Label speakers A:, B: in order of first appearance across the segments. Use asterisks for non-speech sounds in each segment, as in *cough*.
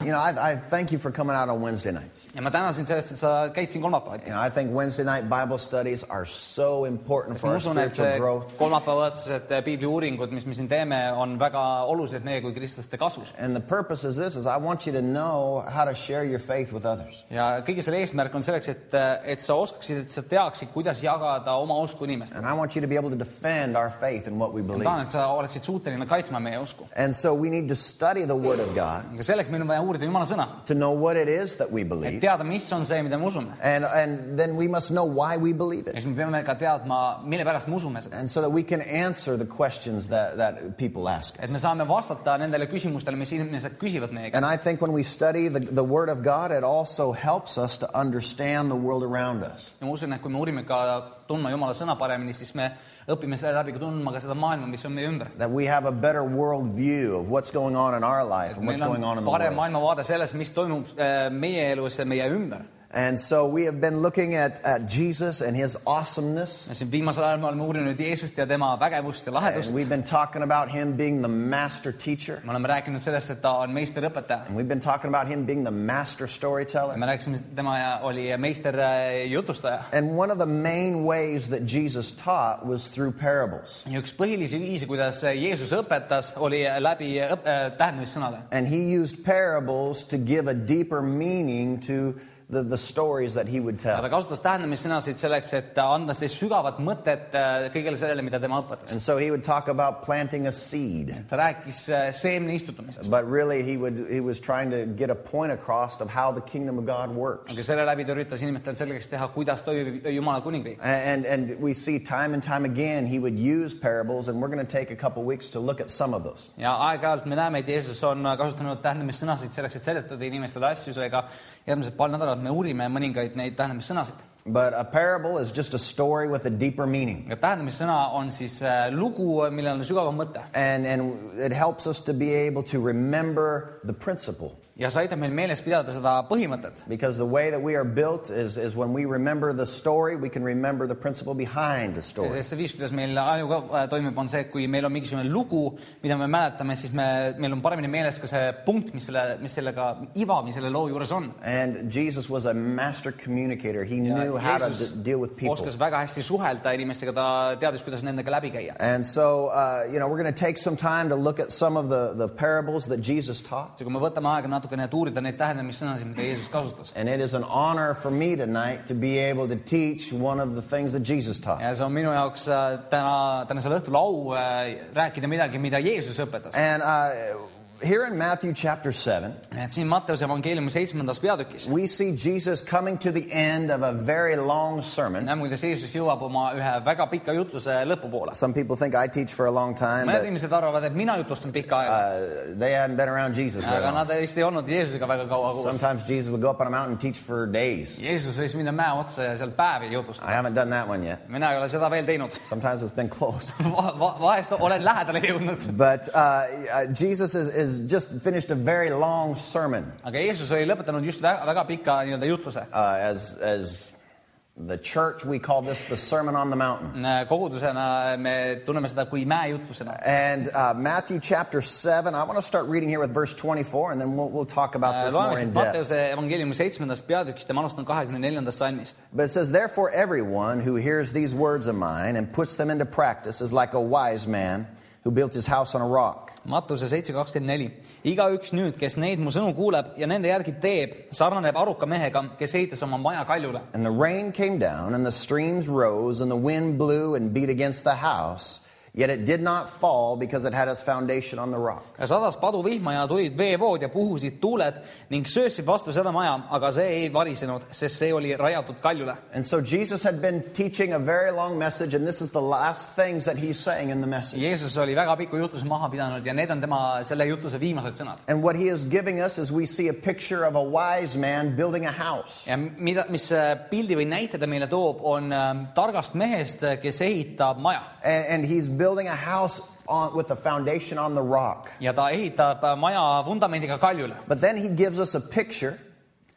A: You know, I, I thank you for coming out on Wednesday nights.
B: ja ma tänan sind sellest , et sa käid siin kolmapäeviti
A: You know, I think Wednesday night Bible studies are so important
B: sest ma
A: for our
B: usun , et see
A: spiritual growth.
B: kolmapäevavahetused , piibliuuringud , eh, mis me siin teeme , on väga olulised meie kui kristlaste kasus .
A: And the purpose is this: is I want you to know how to share your faith with others.
B: ja kõige selle eesmärk on selleks , et , et sa oskaksid , et sa teaksid , kuidas jagada oma usku inimestele .
A: And I want you to be able to defend our faith and what we
B: ma
A: believe.
B: tahan , et sa oleksid suuteline kaitsma meie usku .
A: And so we need to study the Word of God
B: aga selleks meil on vaja uurida Jumala sõna ,
A: to know what it is that we
B: et
A: believe.
B: teada , mis on see , mida me usume .
A: And, and then we must know why we believe
B: ja
A: it.
B: siis me peame ka teadma , mille pärast me usume seda .
A: And so that we can answer the questions that, that people ask.
B: et me saame vastata nendele küsimustele , mis inimesed küsivad meie käest .
A: And I think when we study the, the Word of God, it also helps us to understand the world around us.
B: ja ma usun , et kui me uurime ka tundma Jumala sõna paremini , siis me õpime selle läbi ka tundma ka seda maailma , mis on meie ümber .
A: That we have a better world view of what's going on in our life and what's
B: meil
A: going on in
B: on
A: the
B: parem
A: world.
B: maailmavaade selles , mis toimub eh, meie elus ja meie ümber .
A: And so we have been looking at, at Jesus and his awesomeness.
B: ja siin viimasel ajal me oleme uurinud Jeesust ja tema vägevust ja
A: And
B: lahedust .
A: we've been talking about him being the master teacher.
B: me oleme rääkinud sellest , et ta on meisterõpetaja .
A: And we've been talking about him being the master storyteller.
B: me rääkisime , tema ja- oli meister eh, jutustaja .
A: And one of the main ways that Jesus taught was through parables.
B: ja üks põhilisi viise , kuidas Jeesus õpetas , oli läbi õp- eh, tähendamissõnade .
A: And he used parables to give a deeper meaning to the, the stories that he would tell.
B: ta kasutas tähendamissõnasid selleks , et anda sellist sügavat mõtet eh, kõigele sellele , mida tema õpetas .
A: And so he would talk about planting a seed,
B: ta rääkis eh, seemne istutamisest ,
A: but really he would he was trying to get a point across of how the kingdom of God works.
B: aga selle läbi ta üritas inimestele selgeks teha , kuidas toimib Jumala kuningriik .
A: And and we see time and time again he would use parables, and we're going to take a couple weeks to look at some of those.
B: ja aeg-ajalt me näeme , et Jeesus on äh, kasutanud tähendamissõnasid selleks , et seletada inimestele asju , seega järgmised paar nädalat me uurime mõningaid neid tähendamissõnasid .
A: But a parable is just a story with a deeper meaning,
B: aga tähendamissõna on siis eh, lugu , millel on sügavam mõte
A: and and it helps us to be able to remember the principle
B: ja see aitab meil meeles pidada seda põhimõtet .
A: because the way that we are built is is when we remember the story, we can remember the principle behind the story.
B: sest see viis , kuidas meil aju ka eh, toimib , on see , et kui meil on mingisugune lugu , mida me mäletame , siis me , meil on paremini meeles ka see punkt , mis selle , mis sellega , iva , mis selle loo juures on .
A: And Jesus was a master communicator. He knew how to
B: Jeesus
A: d- deal with people.
B: oskas väga hästi suhelda inimestega , ta teadis , kuidas nendega läbi käia .
A: And so, uh, you know, we're going to take some time to look at some of the, the parables that Jesus taught.
B: see , kui me võtame aega natukene , et uurida neid tähendamissõnasid , mida Jeesus kasutas .
A: And it is an honor for me tonight to be able to teach one of the things that Jesus taught.
B: ja see on minu jaoks äh, täna , tänasel õhtul au äh, rääkida midagi , mida Jeesus õpetas .
A: And uh, here in Matthew chapter 7,
B: et siin Matteuse evangeeliumi seitsmendas peatükis
A: we see Jesus coming to the end of a very long sermon.
B: näeme , kuidas Jeesus jõuab oma ühe väga pika jutluse lõpupoole .
A: Some people think I teach for a long time,
B: mõned
A: but
B: inimesed arvavad , et mina jutlustan pikka aega ,
A: uh, they hadn't been around Jesus very
B: aga
A: long.
B: nad vist ei olnud Jeesusega väga kaua koos .
A: Sometimes Jesus would go up on a mountain and teach for days.
B: Jeesus võis minna mäe otsa ja seal päevi jutlustada .
A: I haven't done that one yet.
B: mina ei ole seda veel teinud . *laughs*
A: Sometimes it's been *laughs* close.
B: vahest olen lähedale jõudnud .
A: But uh, uh, Jesus is, is just finished a very long sermon,
B: aga Jeesus oli lõpetanud just väga, väga pika nii-öelda jutluse .
A: uh, as as the church we call this the Sermon on the Mountain.
B: Äh, kogudusena äh, me tunneme seda kui mäejutlusena . Äh,
A: And uh, Matthew chapter seven, I want to start reading here with verse twenty-four, and then we'll, we'll talk about this
B: loeme
A: more in
B: siit
A: depth.
B: Matteuse evangeeliumi seitsmendast peatükist ja ma alustan kahekümne neljandast salmist .
A: But it says, "Therefore, everyone who hears these words of mine and puts them into practice is like a wise man who built his house on a rock."
B: Matteuse seitse kakskümmend neli . igaüks nüüd , kes neid mu sõnu kuuleb ja nende järgi teeb , sarnaneb aruka mehega , kes ehitas oma maja kaljule .
A: And the rain came down, and the streams rose, and the wind blew and beat against the house. Yet it did not fall because it had its foundation on the rock.
B: ja sadas paduvihma ja tulid veevood ja puhusid tuuled ning söösid vastu seda maja , aga see ei varisenud , sest see oli rajatud kaljule .
A: And so Jesus had been teaching a very long message, and this is the last things that he's saying in the message.
B: Jeesus oli väga piku jutluse maha pidanud ja need on tema selle jutluse viimased sõnad .
A: And what he is giving us is we see a picture of a wise man building a house.
B: ja mida , mis äh, pildi või näite ta meile toob , on äh, targast mehest , kes ehitab maja
A: And, and he's building a house on, with a foundation on the rock.
B: ja ta ehitab äh, maja vundamendiga kaljule .
A: But then he gives us a picture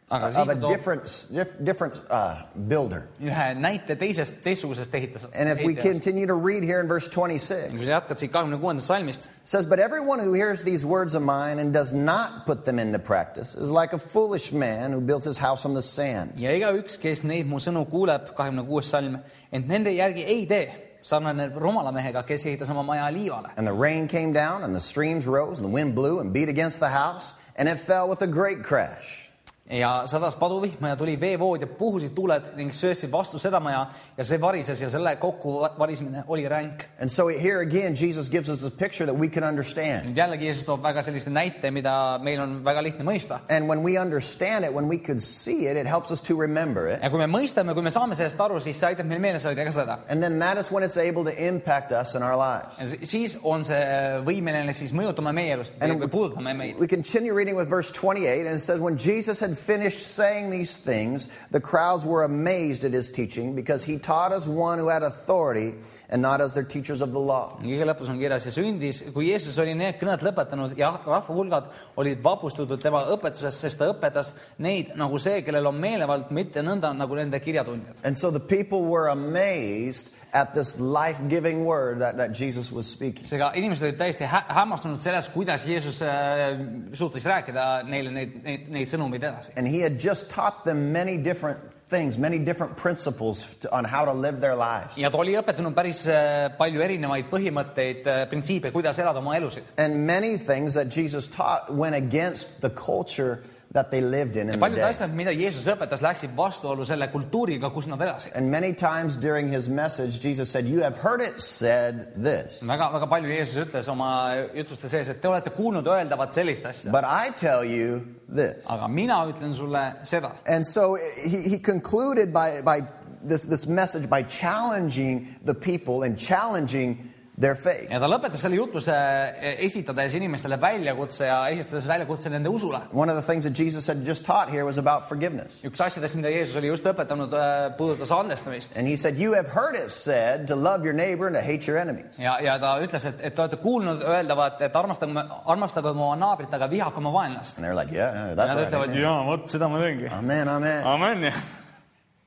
B: aga
A: of
B: siis
A: a
B: ta toob
A: different, dif- different uh, builder.
B: ühe näite teisest , teistsugusest ehitas .
A: And if we
B: kui
A: continue to read here in verse
B: sa
A: 26, it
B: jätkad siit kahekümne kuuendast salmist ,
A: says, But everyone who hears these words of mine and does not put them into practice is like a foolish man who builds his house on the sand.
B: ja igaüks , kes neid mu sõnu kuuleb , kahekümne kuues salm , ent nende järgi ei tee , sarnaneb rumala mehega , kes ehitas oma maja liivale .
A: And the rain came down, and the streams rose, and the wind blew and beat against the house, and it fell with a great crash.
B: ja sadas paduvihma ja tuli veevood ja puhusid tuuled ning söösid vastu seda maja ja see varises ja selle kokku va- varisemine oli ränk .
A: And so here again, Jesus gives us a picture that we can understand.
B: nüüd jällegi Jeesus toob väga sellise näite , mida meil on väga lihtne mõista .
A: And when we understand it, when we could see it, it helps us to remember it.
B: ja kui me mõistame , kui me saame sellest aru , siis see aitab meil meeles hoida ka seda .
A: And then that is when it's able to impact us in our lives.
B: siis on see võimeline siis mõjutama meie elust
A: And-
B: või puudutama meid .
A: We continue reading with verse 28, and it says, When Jesus had finished saying these things, the crowds were amazed at his teaching because he taught as one who had authority and not as their teachers of the law.
B: kõige lõpus on kirjas ja sündis , kui Jeesus oli need kõned lõpetanud ja rahvahulgad olid vapustatud tema õpetusest , sest ta õpetas neid nagu see , kellel on meelevald , mitte nõnda nagu nende kirjatundjad .
A: And so the people were amazed at this life giving word that, that Jesus was speaking.
B: seega inimesed olid täiesti hä hämmastunud selles , kuidas Jeesus äh, suutis rääkida neile neid , neid , neid sõnumeid edasi .
A: And he had just taught them many different things, many different principles to- on how to live their lives.
B: ja ta oli õpetanud päris äh, palju erinevaid põhimõtteid , printsiipe , kuidas elada oma elusid .
A: And many things that Jesus taught went against the culture that they lived in in the
B: paljud
A: day.
B: asjad , mida Jeesus õpetas , läksid vastuollu selle kultuuriga , kus nad elasid .
A: And many times during his message, Jesus said, You have heard it said this.
B: väga , väga palju Jeesus ütles oma jutluste sees , et te olete kuulnud öeldavat sellist asja ,
A: But I tell you this.
B: aga mina ütlen sulle seda .
A: And so he, he concluded by, by this, this message by challenging the people and challenging their faith.
B: ja ta lõpetas selle jutluse esitades inimestele väljakutse ja esitades väljakutse nende usule .
A: One of the things that Jesus had just taught here was about forgiveness.
B: üks asjadest , mida Jeesus oli just õpetanud , puudutas andestamist
A: And he said, You have heard it said to love your neighbor and to hate your enemies.
B: ja , ja ta ütles , et , et te olete kuulnud öeldavat , et armastage , armastage oma naabrit , aga vihake oma vaenlast .
A: And they're like, Yeah, yeah,
B: ja
A: that's
B: nad
A: right.
B: ütlevad
A: Amen.
B: jaa , vot seda ma teengi .
A: amen, amen.
B: amen jah .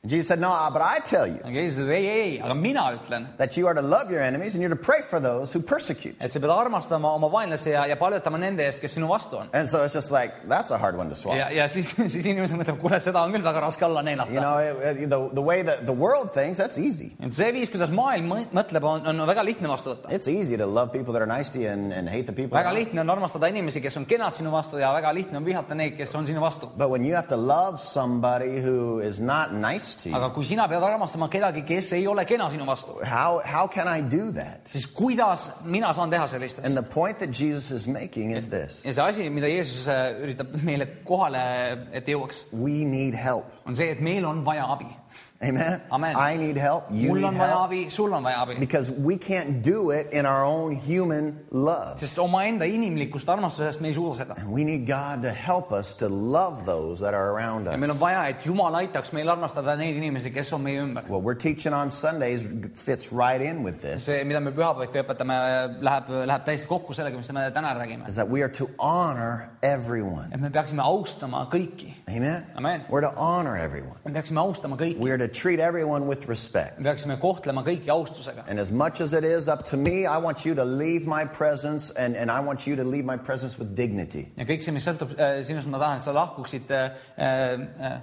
A: And Jesus said, No, but I tell you
B: aga Jeesus ütleb ei , ei , aga mina ütlen ,
A: that you are to love your enemies and you're to pray for those who persecute.
B: et sa pead armastama oma vaenlasi ja , ja palvetama nende eest , kes sinu vastu on .
A: And so it's just like, That's a hard one to swallow.
B: ja , ja siis , *laughs* siis inimene mõtleb , kuule , seda on küll väga raske alla
A: You
B: neelata .
A: know, it, it- the, the way that the world thinks, that's easy.
B: et see viis , kuidas maailm mõ- mõtleb , on , on väga lihtne vastu võtta .
A: It's easy to love people that are nice to you and, and hate the people.
B: väga
A: that aren't.
B: lihtne on armastada inimesi , kes on kenad sinu vastu ja väga lihtne on vihata neid , kes on sinu vastu .
A: But when you have to love somebody who is not nice to you,
B: aga kui sina pead armastama kedagi , kes ei ole kena sinu vastu ,
A: how, how can I do that?
B: siis kuidas mina saan teha sellist
A: And
B: asja ?
A: the point that Jesus is making is this
B: ja see asi , mida Jeesus äh, üritab meile kohale , et jõuaks ,
A: we need help.
B: on see , et meil on vaja abi .
A: Amen?
B: Amen.
A: I need help. You
B: mul
A: need
B: on vaja
A: help.
B: abi , sul on vaja abi .
A: Because we can't do it in our own human love.
B: sest omaenda inimlikust armastusest me ei suuda seda .
A: And we need God to help us to love those that are around
B: ja
A: us.
B: meil on vaja , et Jumal aitaks meil armastada neid inimesi , kes on meie ümber .
A: What we're teaching on Sundays fits right in with this.
B: see , mida me pühapäeviti õpetame , läheb , läheb täiesti kokku sellega , mis me täna räägime .
A: Is that we are to honor everyone.
B: et me peaksime austama kõiki ,
A: Amen?
B: Amen.
A: We're to honor everyone.
B: me peaksime austama kõiki ,
A: We are to treat everyone with respect.
B: me peaksime kohtlema kõiki austusega .
A: And as much as it is up to me, I want you to leave my presence and, and I want you to leave my presence with dignity.
B: ja kõik see , mis sõltub äh, sinust , ma tahan , et sa lahkuksid äh, äh,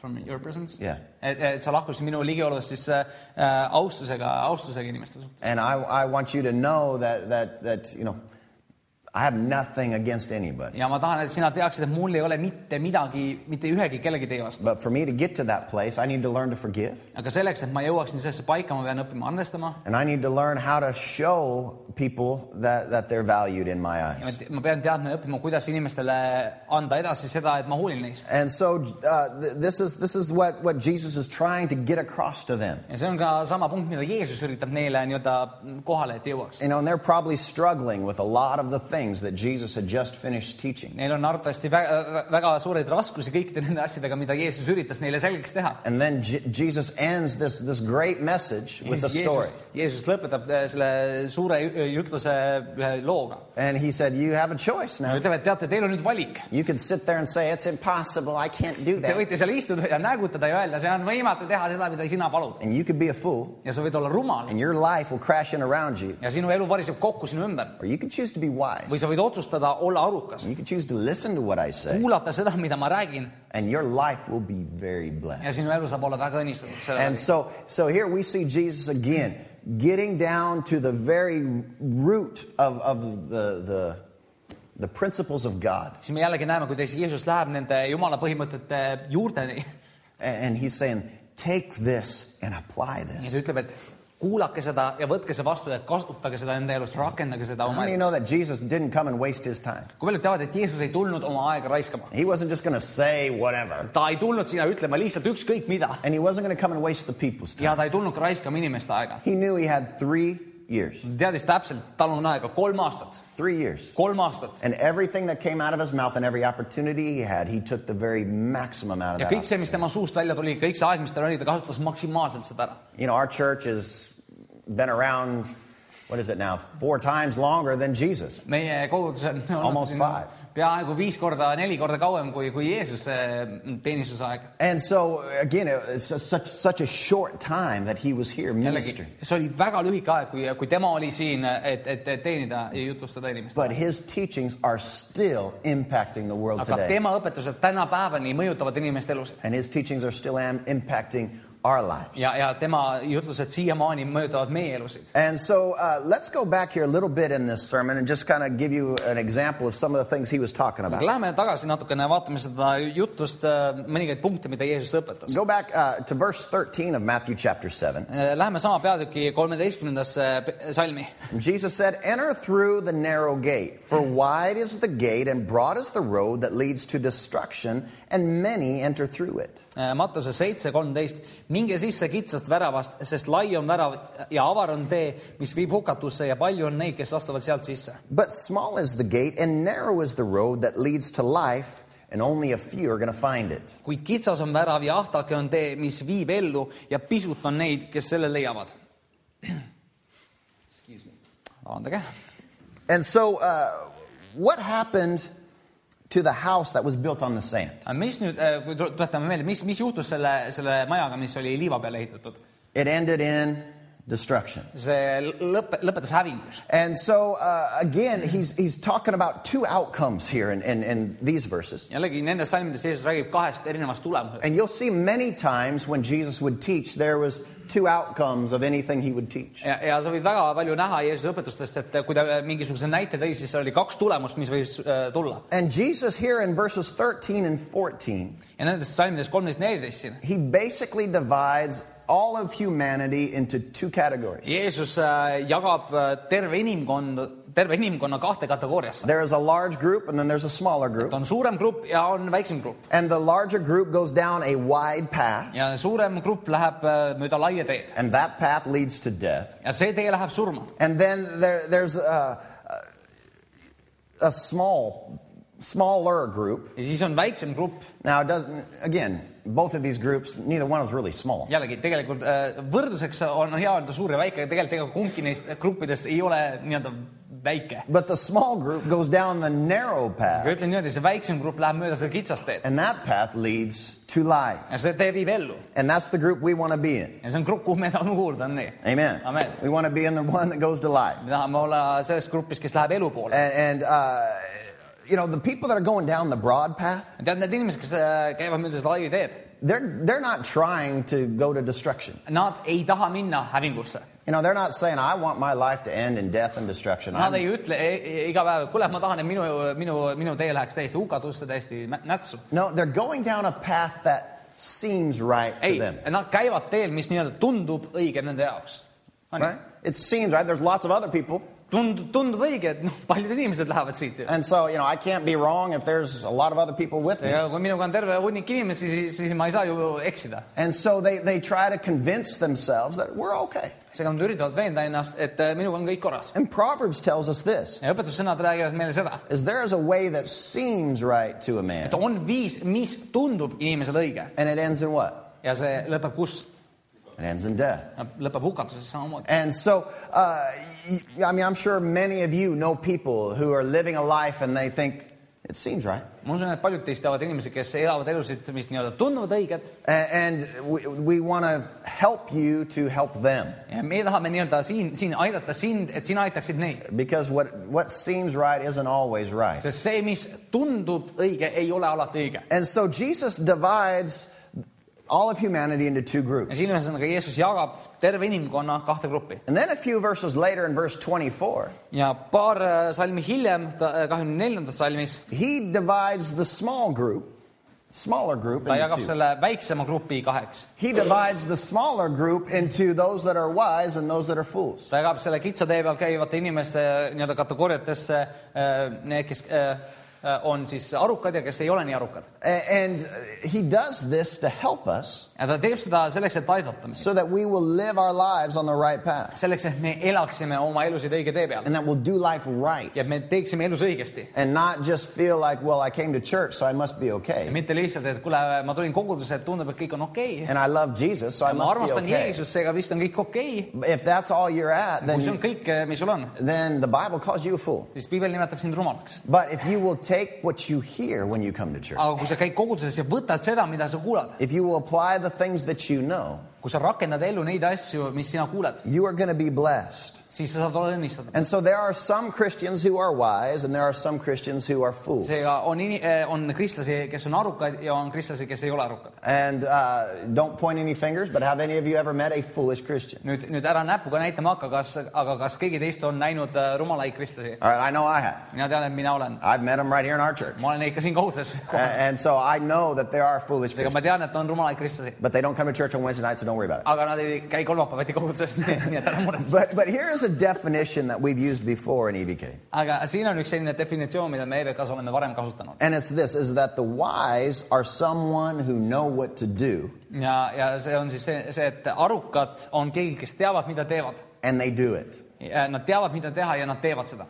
B: from your presence
A: Jah.
B: et , et sa lahkusid minu ligioludest siis äh, äh, austusega , austusega inimeste suhtes .
A: And I, I want you to know that, that, that, you know, I have nothing against anybody.
B: ja ma tahan , et sina teaksid , et mul ei ole mitte midagi , mitte ühegi kellegi teie vastu .
A: But for me to get to that place, I need to learn to forgive.
B: aga selleks , et ma jõuaksin sellesse paika , ma pean õppima andestama
A: And I need to learn how to show people that, that they're valued in my
B: ja ma
A: eyes.
B: te- ma pean teadma ja õppima , kuidas inimestele anda edasi seda , et ma hoolin neist .
A: And so uh, th- this is, this is what, what Jesus is trying to get across to them.
B: ja see on ka sama punkt , mida Jeesus üritab neile nii-öelda kohale , et jõuaks .
A: You know, and they're probably struggling with a lot of the things that Jesus had just finished teaching.
B: Neil on arvatavasti väga, väga suureid raskusi kõikide nende asjadega , mida Jeesus üritas neile selgeks teha .
A: And then Je- Jesus ends this, this great message with a story.
B: Jeesus, Jeesus lõpetab eh, selle suure ju- jutluse ühe looga .
A: And he said, You have a choice now.
B: ütleme , et teate , teil on nüüd valik .
A: You can sit there and say, It's impossible. I can't do
B: Te
A: that.
B: võite seal istuda ja näägutada ja öelda , see on võimatu teha seda , mida sina palud .
A: And you could be a fool,
B: ja sa võid olla rumal
A: and your life will crash in around you.
B: ja sinu elu variseb kokku sinu ümber
A: Or you could choose to be wise.
B: või sa võid otsustada olla arukas ,
A: You could choose to listen to what I say,
B: kuulata seda , mida ma räägin
A: and your life will be very blessed.
B: ja sinu elu saab olla väga õnnistatud selle
A: And
B: läbi .
A: so, so here we see Jesus again getting down to the very root of, of the, the, the principles of God.
B: siis me jällegi näeme , kuidas Jeesus läheb nende jumala põhimõtete juurteni
A: And he's saying, take this and apply
B: ja
A: this.
B: ta ütleb , et kuulake seda ja võtke see vastu ja kasutage seda enda elus , rakendage seda
A: How
B: oma
A: many
B: elus .
A: know that Jesus didn't come and waste his time?
B: kui paljud teavad , et Jeesus ei tulnud oma aega raiskama ?
A: He wasn't just going to say whatever,
B: ta ei tulnud sinna ütlema lihtsalt ükskõik mida
A: and he wasn't going to come and waste the people's time.
B: ja ta ei tulnud ka raiskama inimeste aega .
A: He knew he had three years.
B: teadis täpselt , tal on aega kolm aastat ,
A: Three years.
B: kolm aastat
A: And everything that came out of his mouth and every opportunity he had, he took the very maximum out
B: ja
A: of
B: kõik
A: that.
B: see , mis tema suust välja tuli , kõik see aeg , mis tal oli , ta kasutas maksimaalselt seda ära .
A: You know, our church has been around, what is it now, four times longer than Jesus.
B: meie kogudus on olnud
A: Almost
B: siin
A: five.
B: peaaegu viis korda , neli korda kauem kui , kui Jeesuse mm, teenistuse aeg .
A: And so, again, it- it's a- such, such a short time that he was here
B: jällegi
A: ministering. ,
B: see oli väga lühike aeg , kui , kui tema oli siin , et , et et teenida ja jutustada inimestele .
A: But his teachings are still impacting the world
B: aga
A: today.
B: tema õpetused tänapäevani mõjutavad inimeste elusid
A: And his teachings are still am impacting our lives.
B: ja , ja tema jutlused siiamaani mõjutavad meie elusid .
A: And so uh, let's go back here a little bit in this sermon and just kind of give you an example of some of the things he was talking about.
B: aga läheme tagasi natukene , vaatame seda jutlust , mõningaid punkte , mida Jeesus õpetas .
A: Go back uh, to verse 13 of Matthew chapter 7.
B: Äh, Läheme sama peatüki kolmeteistkümnendasse pe- salmi .
A: Jesus said, Enter through the narrow gate, for wide is the gate and broad is the road that leads to destruction, and many enter through it.
B: Äh, Matuse seitse , kolmteist . minge sisse kitsast väravast , sest lai on värav ja avar on tee , mis viib hukatusse ja palju on neid , kes astuvad sealt sisse .
A: But small is the gate and narrow is the road that leads to life, and only a few are going to find it.
B: kuid kitsas on värav ja ahtake on tee , mis viib ellu ja pisut on neid , kes selle leiavad . vabandage .
A: And so, uh, what happened to the house that was built on the sand?
B: mis nüüd , kui tu- tuletame meelde , mis , mis juhtus selle , selle majaga , mis oli liiva peale ehitatud ?
A: It ended in destruction.
B: see lõpe , lõpetas hävingus .
A: And so, uh, again, he's, he's talking about two outcomes here in, in, in these verses.
B: jällegi nendes salmides Jeesus räägib kahest erinevast tulemusest .
A: And you'll see many times when Jesus would teach, there was two outcomes of anything he would teach.
B: ja , ja sa võid väga palju näha Jeesuse õpetustest , et kui ta äh, mingisuguse näite tõi , siis oli kaks tulemust , mis võis äh, tulla .
A: And Jesus here in verses 13 and 14,
B: ja nendes salmides kolmteist , neliteist siin .
A: he basically divides all of humanity into two categories.
B: Jeesus äh, jagab äh, terve inimkond , terve inimkonna kahte kategooriasse .
A: There is a large group and then there's a smaller group.
B: on suurem grupp ja on väiksem grupp .
A: And the larger group goes down a wide path,
B: ja suurem grupp läheb äh, mööda laia teed
A: and that path leads to death.
B: ja see tee läheb surma .
A: And then there, there's a, a small, smaller group.
B: ja siis on väiksem grupp ,
A: Now, it doesn't, again, both of these groups, neither one was really small.
B: jällegi tegelikult äh, võrdluseks on hea öelda suur ja väike , tegelikult ega kumbki neist gruppidest ei ole nii-öelda väike .
A: But the small group goes down the narrow
B: aga
A: path,
B: ütlen niimoodi , see väiksem grupp läheb mööda seda kitsast teed
A: and that path leads to life.
B: ja see tee viib ellu
A: And that's the group we want to be in.
B: ja see on grupp , kuhu me tahame kuuluda , on nii .
A: Amen.
B: Amen.
A: We want to be in the one that goes to life.
B: me tahame olla selles grupis , kes läheb elu poole .
A: And, and uh, you know, the people that are going down the broad path,
B: tead , need inimesed , kes äh, käivad mööda seda laia teed ,
A: they're, they're not trying to go to destruction.
B: nad ei taha minna hävingusse .
A: You know, they're not saying, I want my life to end in death and destruction.
B: Nad
A: I'm,
B: ei ütle e- e- iga päev , kuule , ma tahan , et minu , minu , minu tee läheks täiesti hukatusse , täiesti mä- nätsu .
A: no, they're going down a path that seems right to
B: ei
A: them. ,
B: nad käivad teel , mis nii-öelda tundub õige nende jaoks .
A: Eh? Right? It seems right. There's lots of other people
B: tund- , tundub õige , et noh , paljud inimesed lähevad siit ju .
A: And so, you know, I can't be wrong if there's a lot of other people with me.
B: ja kui minuga on terve hunnik inimesi , siis , siis ma ei saa ju eksida .
A: And so they, they try to convince themselves that we're okay.
B: seega nad üritavad veenda ennast , et äh, minuga on kõik korras .
A: And Proverbs tells us this
B: ja õpetussõnad räägivad meile seda ,
A: is there is a way that seems right to a man
B: et on viis , mis tundub inimesele õige
A: and it ends in what?
B: ja see lõpeb kus ?
A: It ends in death.
B: lõpeb hukatuses samamoodi .
A: And so, uh, y- I mean, I'm sure many of you know people who are living a life and they think it seems right.
B: ma usun , et paljud teist teavad inimesi , kes elavad elusid , mis nii-öelda tunduvad õiged
A: A- And we, we want to help you to help them
B: ja me tahame nii-öelda siin , siin aidata sind , et sina aitaksid neid .
A: because what, what seems right isn't always right.
B: sest see , mis tundub õige , ei ole alati õige .
A: And so Jesus divides all of humanity into two
B: ja
A: groups.
B: siin ühesõnaga Jeesus jagab terve inimkonna kahte gruppi
A: And then a few verses later in verse 24,
B: ja paar äh, salmi hiljem , kahekümne neljandas salmis ,
A: he divides the small group, smaller group,
B: ta
A: into
B: jagab
A: two.
B: selle väiksema grupi kaheks .
A: He divides the smaller group into those that are wise and those that are fools.
B: ta jagab selle kitsa tee peal käivate inimeste nii-öelda kategooriatesse , need , kes äh, on siis arukad ja kes ei ole nii arukad .
A: A- And uh, he does this to help us
B: ja ta teeb seda selleks , et aidata meid ,
A: so that we will live our lives on the right path
B: selleks , et me elaksime oma elusid õige tee peal
A: and that we'll do life right
B: ja et me teeksime elus õigesti .
A: and not just feel like, well, I came to church, so I must be okay.
B: mitte lihtsalt , et kuule , ma tulin kogudusse , et tundub , et kõik on okei okay. .
A: And I love Jesus, so I
B: ma
A: must be
B: armastan
A: okay.
B: Jeesust , seega vist on kõik okei okay. .
A: If that's all you're at,
B: kui see
A: then,
B: on kõik , mis sul on ,
A: then the Bible calls you a fool.
B: siis piibel nimetab sind rumalaks .
A: But if you will take what you hear when you come to church,
B: aga kui sa käid koguduses ja võtad seda , mida sa kuulad ,
A: if you will apply the things that you know,
B: kui sa rakendad ellu neid asju , mis sina kuuled ,
A: you are going to be blessed.
B: siis sa saad olla õnnistatud .
A: And so there are some Christians who are wise and there are some Christians who are fools.
B: seega on , on kristlasi , kes on arukad ja on kristlasi , kes ei ole arukad .
A: And uh, don't point any fingers, but have any of you ever met a foolish Christian?
B: nüüd , nüüd ära näpuga näitama hakka , kas , aga kas keegi teist on näinud äh, rumalaid kristlasi ?
A: All right, I know I have.
B: mina tean , et mina olen ,
A: I've met them right here in our church.
B: ma olen ikka siin koguduses .
A: A- And so I know that there are foolish
B: seega
A: Christians,
B: ma tean , et on rumalaid kristlasi ,
A: but they don't come to church on Wednesday night, so don't worry about it.
B: aga nad ei käi kolmapäeviti koguduses , *laughs* nii et ära muretse .
A: But, but here is a definition that we've used before in E EVK.
B: aga siin on üks selline definitsioon , mida me EVK-s oleme varem kasutanud
A: And it's this, is that the wise are someone who know what to do
B: ja , ja see on siis see, see , et arukad on keegi , kes teavad , mida teevad .
A: and they do it.
B: Nad teavad , mida teha ja nad teevad seda .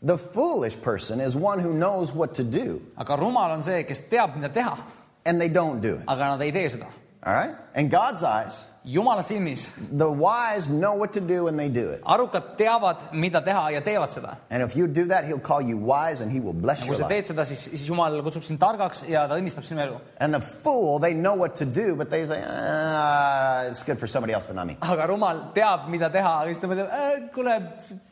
A: The foolish person is one who knows what to do
B: aga rumal on see , kes teab , mida teha ,
A: and they don't do it.
B: aga nad ei tee seda .
A: All right? In God's eyes,
B: jumala silmis
A: the wise know what to do and they do it.
B: arukad teavad , mida teha ja teevad seda .
A: And if you do that, he'll call you wise and he will bless
B: kui
A: your
B: sa
A: life.
B: teed seda , siis , siis jumal kutsub sind targaks ja ta õnnistab sinu elu .
A: And the fool, they know what to do, but they say, ah, it's good for somebody else, but not me.
B: aga rumal teab , mida teha , aga siis ta mõtleb äh, , kuule ,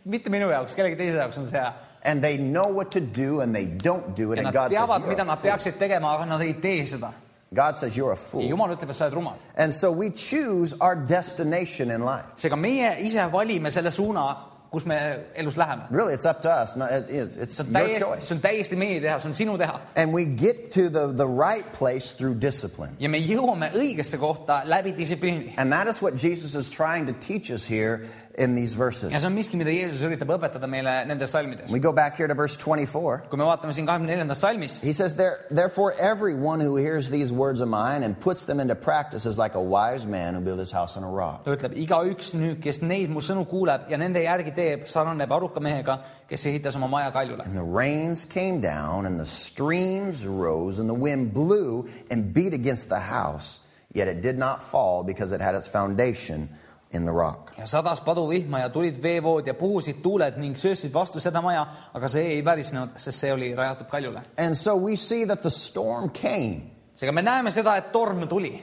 B: mitte minu jaoks , kellegi teise jaoks on see hea .
A: And they know what to do and they don't do it.
B: ja
A: And
B: nad
A: God says,
B: teavad ,
A: you're
B: mida
A: a
B: nad
A: fool.
B: peaksid tegema , aga nad ei tee seda .
A: God says, you're a
B: ja
A: fool.
B: jumal ütleb , et sa oled rumal .
A: And so we choose our destination in life.
B: seega meie ise valime selle suuna , kus me elus läheme .
A: Really, it's up to us. No, it- It's it's
B: see on
A: your
B: täiesti ,
A: choice.
B: see on täiesti meie teha , see on sinu teha
A: And we get to the, the right place through discipline.
B: ja me jõuame õigesse kohta läbi distsipliini .
A: And that is what Jesus is trying to teach us here in these
B: ja
A: verses.
B: see on miski , mida Jeesus üritab õpetada meile nendes salmides .
A: We go back here to verse 24.
B: kui me vaatame siin kahekümne neljandas salmis ,
A: He says, there, Therefore, everyone who hears these words of mine and puts them into practice is like a wise man who built his house on a rock.
B: ta ütleb , igaüks nüüd , kes neid mu sõnu kuuleb ja nende järgi teeb , sarnaneb aruka mehega , kes ehitas oma maja kaljule .
A: And the rains came down, and the streams rose, and the wind blew and beat against the house, yet it did not fall because it had its foundation in the rock.
B: ja sadas paduvihma ja tulid veevood ja puhusid tuuled ning söösid vastu seda maja , aga see ei värisenud , sest see oli rajatud kaljule .
A: And so we see that the storm came,
B: seega me näeme seda , et torm tuli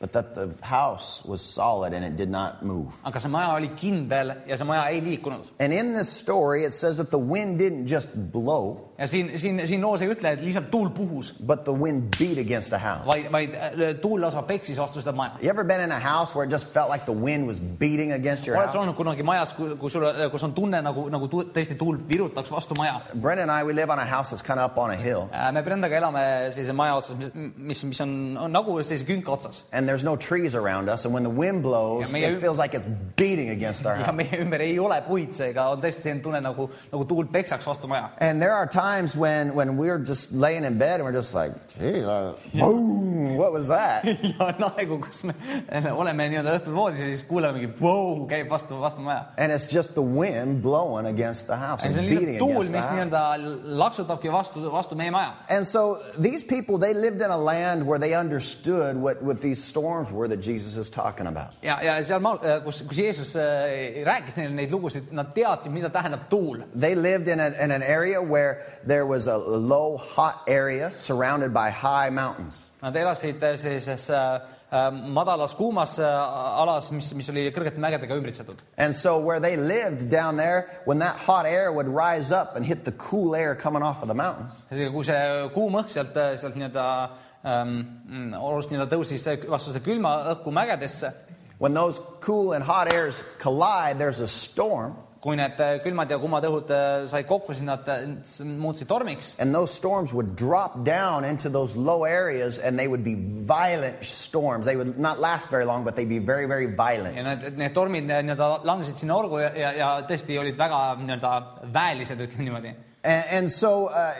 A: but that the house was solid and it did not move.
B: aga see maja oli kindel ja see maja ei liikunud .
A: And in this story, it says that the wind didn't just blow,
B: ja siin , siin , siin loos ei ütle , et lihtsalt tuul puhus ,
A: but the wind beat against a house.
B: vaid , vaid äh, tuul lausa peksis vastu seda maja .
A: You ever been in a house where it just felt like the wind was beating against your
B: oled sa
A: house?
B: olnud kunagi majas , kui sul , kus on tunne nagu , nagu tu, tõesti tuul virutaks vastu maja ?
A: Brenda and I, we live on a house that's kind of up on a hill,
B: Äh, me Brendaga elame sellise maja otsas , mis , mis on, on nagu sellise künka otsas
A: and there's no trees around us, and when the wind blows,
B: Yeah, may
A: it
B: I-
A: feels like it's beating against our
B: ja
A: house.
B: meie ümber ei ole puid , seega on tõesti selline tunne nagu , nagu tuul peksaks vastu maja . *laughs*
A: And there are times when, when we're just laying in bed and we're just like, geez, uh, boom, what was
B: *laughs*
A: that?
B: ja on aegu , kus me oleme nii-öelda õhtul voodis ja siis kuulemegi , vau , käib vastu , vastu maja .
A: And it's just the wind blowing against the house
B: see
A: and
B: on
A: beating
B: lihtsalt tuul
A: against , the
B: mis
A: house.
B: nii-öelda laksutabki vastu , vastu meie maja .
A: And so these people, they lived in a land where they understood what, what these storms were that Jesus is talking about.
B: ja , ja sealmaal , kus , kus Jeesus äh, rääkis neile neid lugusid , nad teadsid , mida tähendab tuul .
A: They lived in, a, in an area where there was a low, hot area surrounded by high mountains.
B: Nad elasid äh, sellises äh, äh, madalas kuumas äh, alas , mis , mis oli kõrgete mägedega ümbritsetud .
A: And so, where they lived down there, when that hot air would rise up and hit the cool air coming off of the mountains,
B: kui see kuum õhk sealt , sealt nii-öelda ähm, olust nii-öelda tõusis äh, vastu see külma õhku mägedesse ,
A: when those cool and hot airs collide, there's a storm,
B: kui need äh, külmad ja kuumad õhud äh, said kokku , siis nad äh, s- muutusid tormiks
A: and those storms would drop down into those low areas, and they would be violent storms. They would not last very long, but they'd be very, very
B: ja
A: violent.
B: need , need tormid äh, nii-öelda langesid sinna orgu ja, ja , ja tõesti olid väga nii-öelda väelised , ütleme niimoodi .
A: And, and so, uh,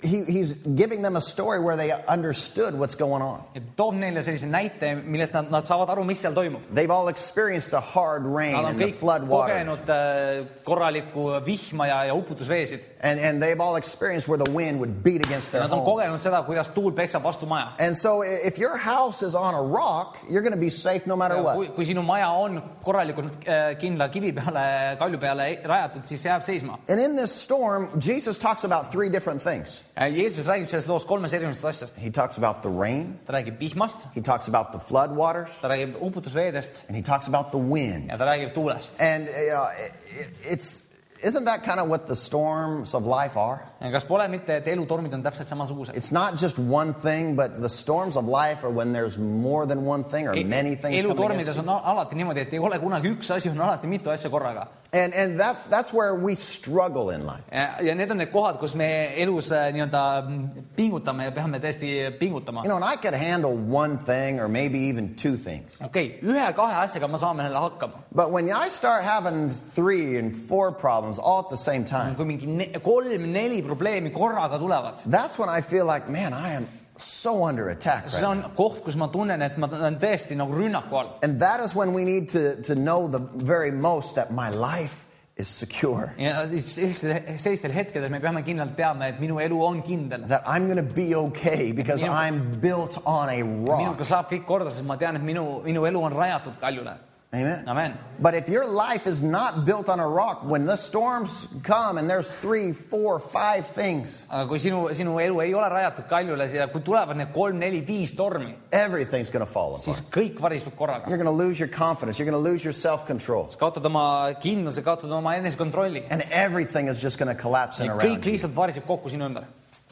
A: he, he's giving them a story where they understood what's going on.
B: et toob neile sellise näite , millest nad , nad saavad aru , mis seal toimub .
A: They've all experienced the hard rain
B: Nad
A: and
B: on
A: the
B: kõik
A: flood waters.
B: kogenud äh, korralikku vihma ja , ja uputusveesid .
A: And, and they've all experienced where the wind would beat against their
B: Nad on
A: home.
B: kogenud seda , kuidas tuul peksab vastu maja .
A: And so i- if your house is on a rock, you're going to be safe no matter
B: kui
A: what. ,
B: kui sinu maja on korralikult äh, kindla kivi peale , kalju peale e- rajatud , siis see jääb seisma .
A: And in this storm, Jesus talks about three different things.
B: Äh, Jeesus räägib sellest loost kolmest erinevast asjast .
A: He talks about the rain,
B: ta räägib vihmast ,
A: he talks about the flood waters,
B: ta räägib uputusveedest
A: and he talks about the wind.
B: ja ta räägib tuulest .
A: And you know, i- i- it's isn't that kind of what the storms of life are?
B: kas pole mitte , et elutormid on täpselt samasugused ?
A: It's not just one thing, but the storms of life are when there's more than one thing or many things. coming against
B: elutormides on al- alati niimoodi , et ei ole kunagi üks asi , on alati mitu asja korraga .
A: And, and that's, that's where we struggle in life.
B: ja need on need kohad , kus me elus äh, nii-öelda mm, pingutame ja peame tõesti pingutama
A: You . know, and I could handle one thing or maybe even two things.
B: okei okay, , ühe-kahe asjaga me saame jälle hakkama .
A: But when I start having three and four problems all at the same time,
B: kui mingi ne kolm-neli probleemi korraga tulevad ,
A: that's when I feel like, man, I am so under attack. Right
B: see
A: now.
B: on koht , kus ma tunnen , et ma olen tõesti nagu rünnaku all .
A: And that is when we need to, to know the very most that my life is secure,
B: ja siis sellistel, sellistel hetkedel me peame kindlalt teadma , et minu elu on kindel .
A: that I'm going to be okay because
B: Yeah.
A: I'm built on a rock.
B: minuga saab kõik korda , sest ma tean , et minu , minu elu on rajatud kaljule .
A: Amen.
B: Amen.
A: But if your life is not built on a rock, when the storms come and there's three, four, five things,
B: aga kui sinu , sinu elu ei ole rajatud kaljule ja kui tulevad need kolm-neli-viis tormi ,
A: everything's going to fall apart.
B: siis kõik varistub korraga .
A: You're going to lose your confidence. You're going to lose your self control.
B: sa kaotad oma kindluse , kaotad oma enesekontrolli .
A: And everything is just going to collapse in around
B: kõik
A: you.
B: lihtsalt variseb kokku sinu ümber .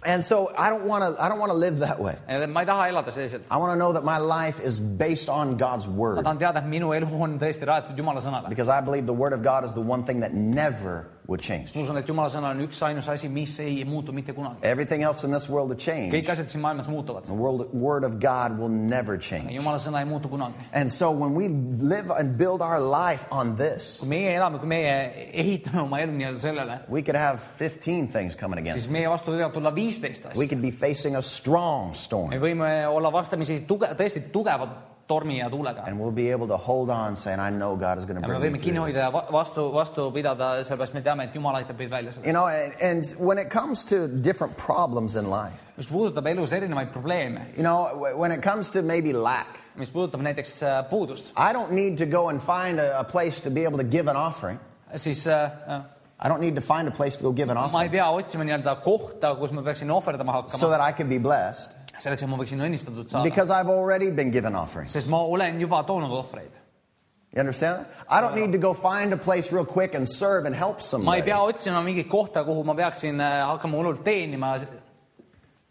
A: And so I don't want to, I don't want to live that way.
B: ma ei taha elada selliselt .
A: I want to know that my life is based on God's
B: ma
A: word
B: tahan teada , et minu elu on tõesti rajatud Jumala sõnale .
A: because I believe the word of God is the one thing that never will change.
B: ma usun , et Jumala sõna on üksainus asi , mis ei muutu mitte kunagi .
A: Everything else in this world will change.
B: kõik asjad siin maailmas muutuvad
A: The world, word of God will never
B: ja
A: change.
B: Jumala sõna ei muutu kunagi .
A: And so when we live and build our life on this,
B: kui meie elame , kui meie ehitame oma elu nii-öelda sellele ,
A: we could have 15 things coming against. us.
B: siis meie vastu võivad tulla viisteist
A: We
B: asja .
A: could be facing a strong storm.
B: me võime olla vastamisi tuge- , tõesti tugeva tormi ja tuulega .
A: And we'll be able to hold on saying, I know God is going to
B: ja me
A: bring me
B: võime kinni
A: through.
B: hoida ja va- vastu , vastu pidada , sellepärast me teame , et Jumal aitab meid välja sellest .
A: You know, and, and when it comes to different problems in life,
B: mis puudutab elus erinevaid probleeme ,
A: you know, wh- when it comes to maybe lack,
B: mis puudutab näiteks äh, puudust ,
A: I don't need to go and find a, a place to be able to give an offering.
B: siis äh,
A: I don't need to find a place to go give an
B: ma ei
A: offering
B: pea otsima nii-öelda kohta , kus ma peaksin ohverdama hakkama
A: so that I can be blessed
B: selleks , et ma võiksin õnnistatud saada .
A: because I've already been given offerings.
B: sest ma olen juba toonud ohvreid .
A: You understand that? I don't need to go find a place real quick and serve and help
B: ma ei
A: somebody
B: pea otsima mingit kohta , kuhu ma peaksin äh, hakkama hullult teenima , sest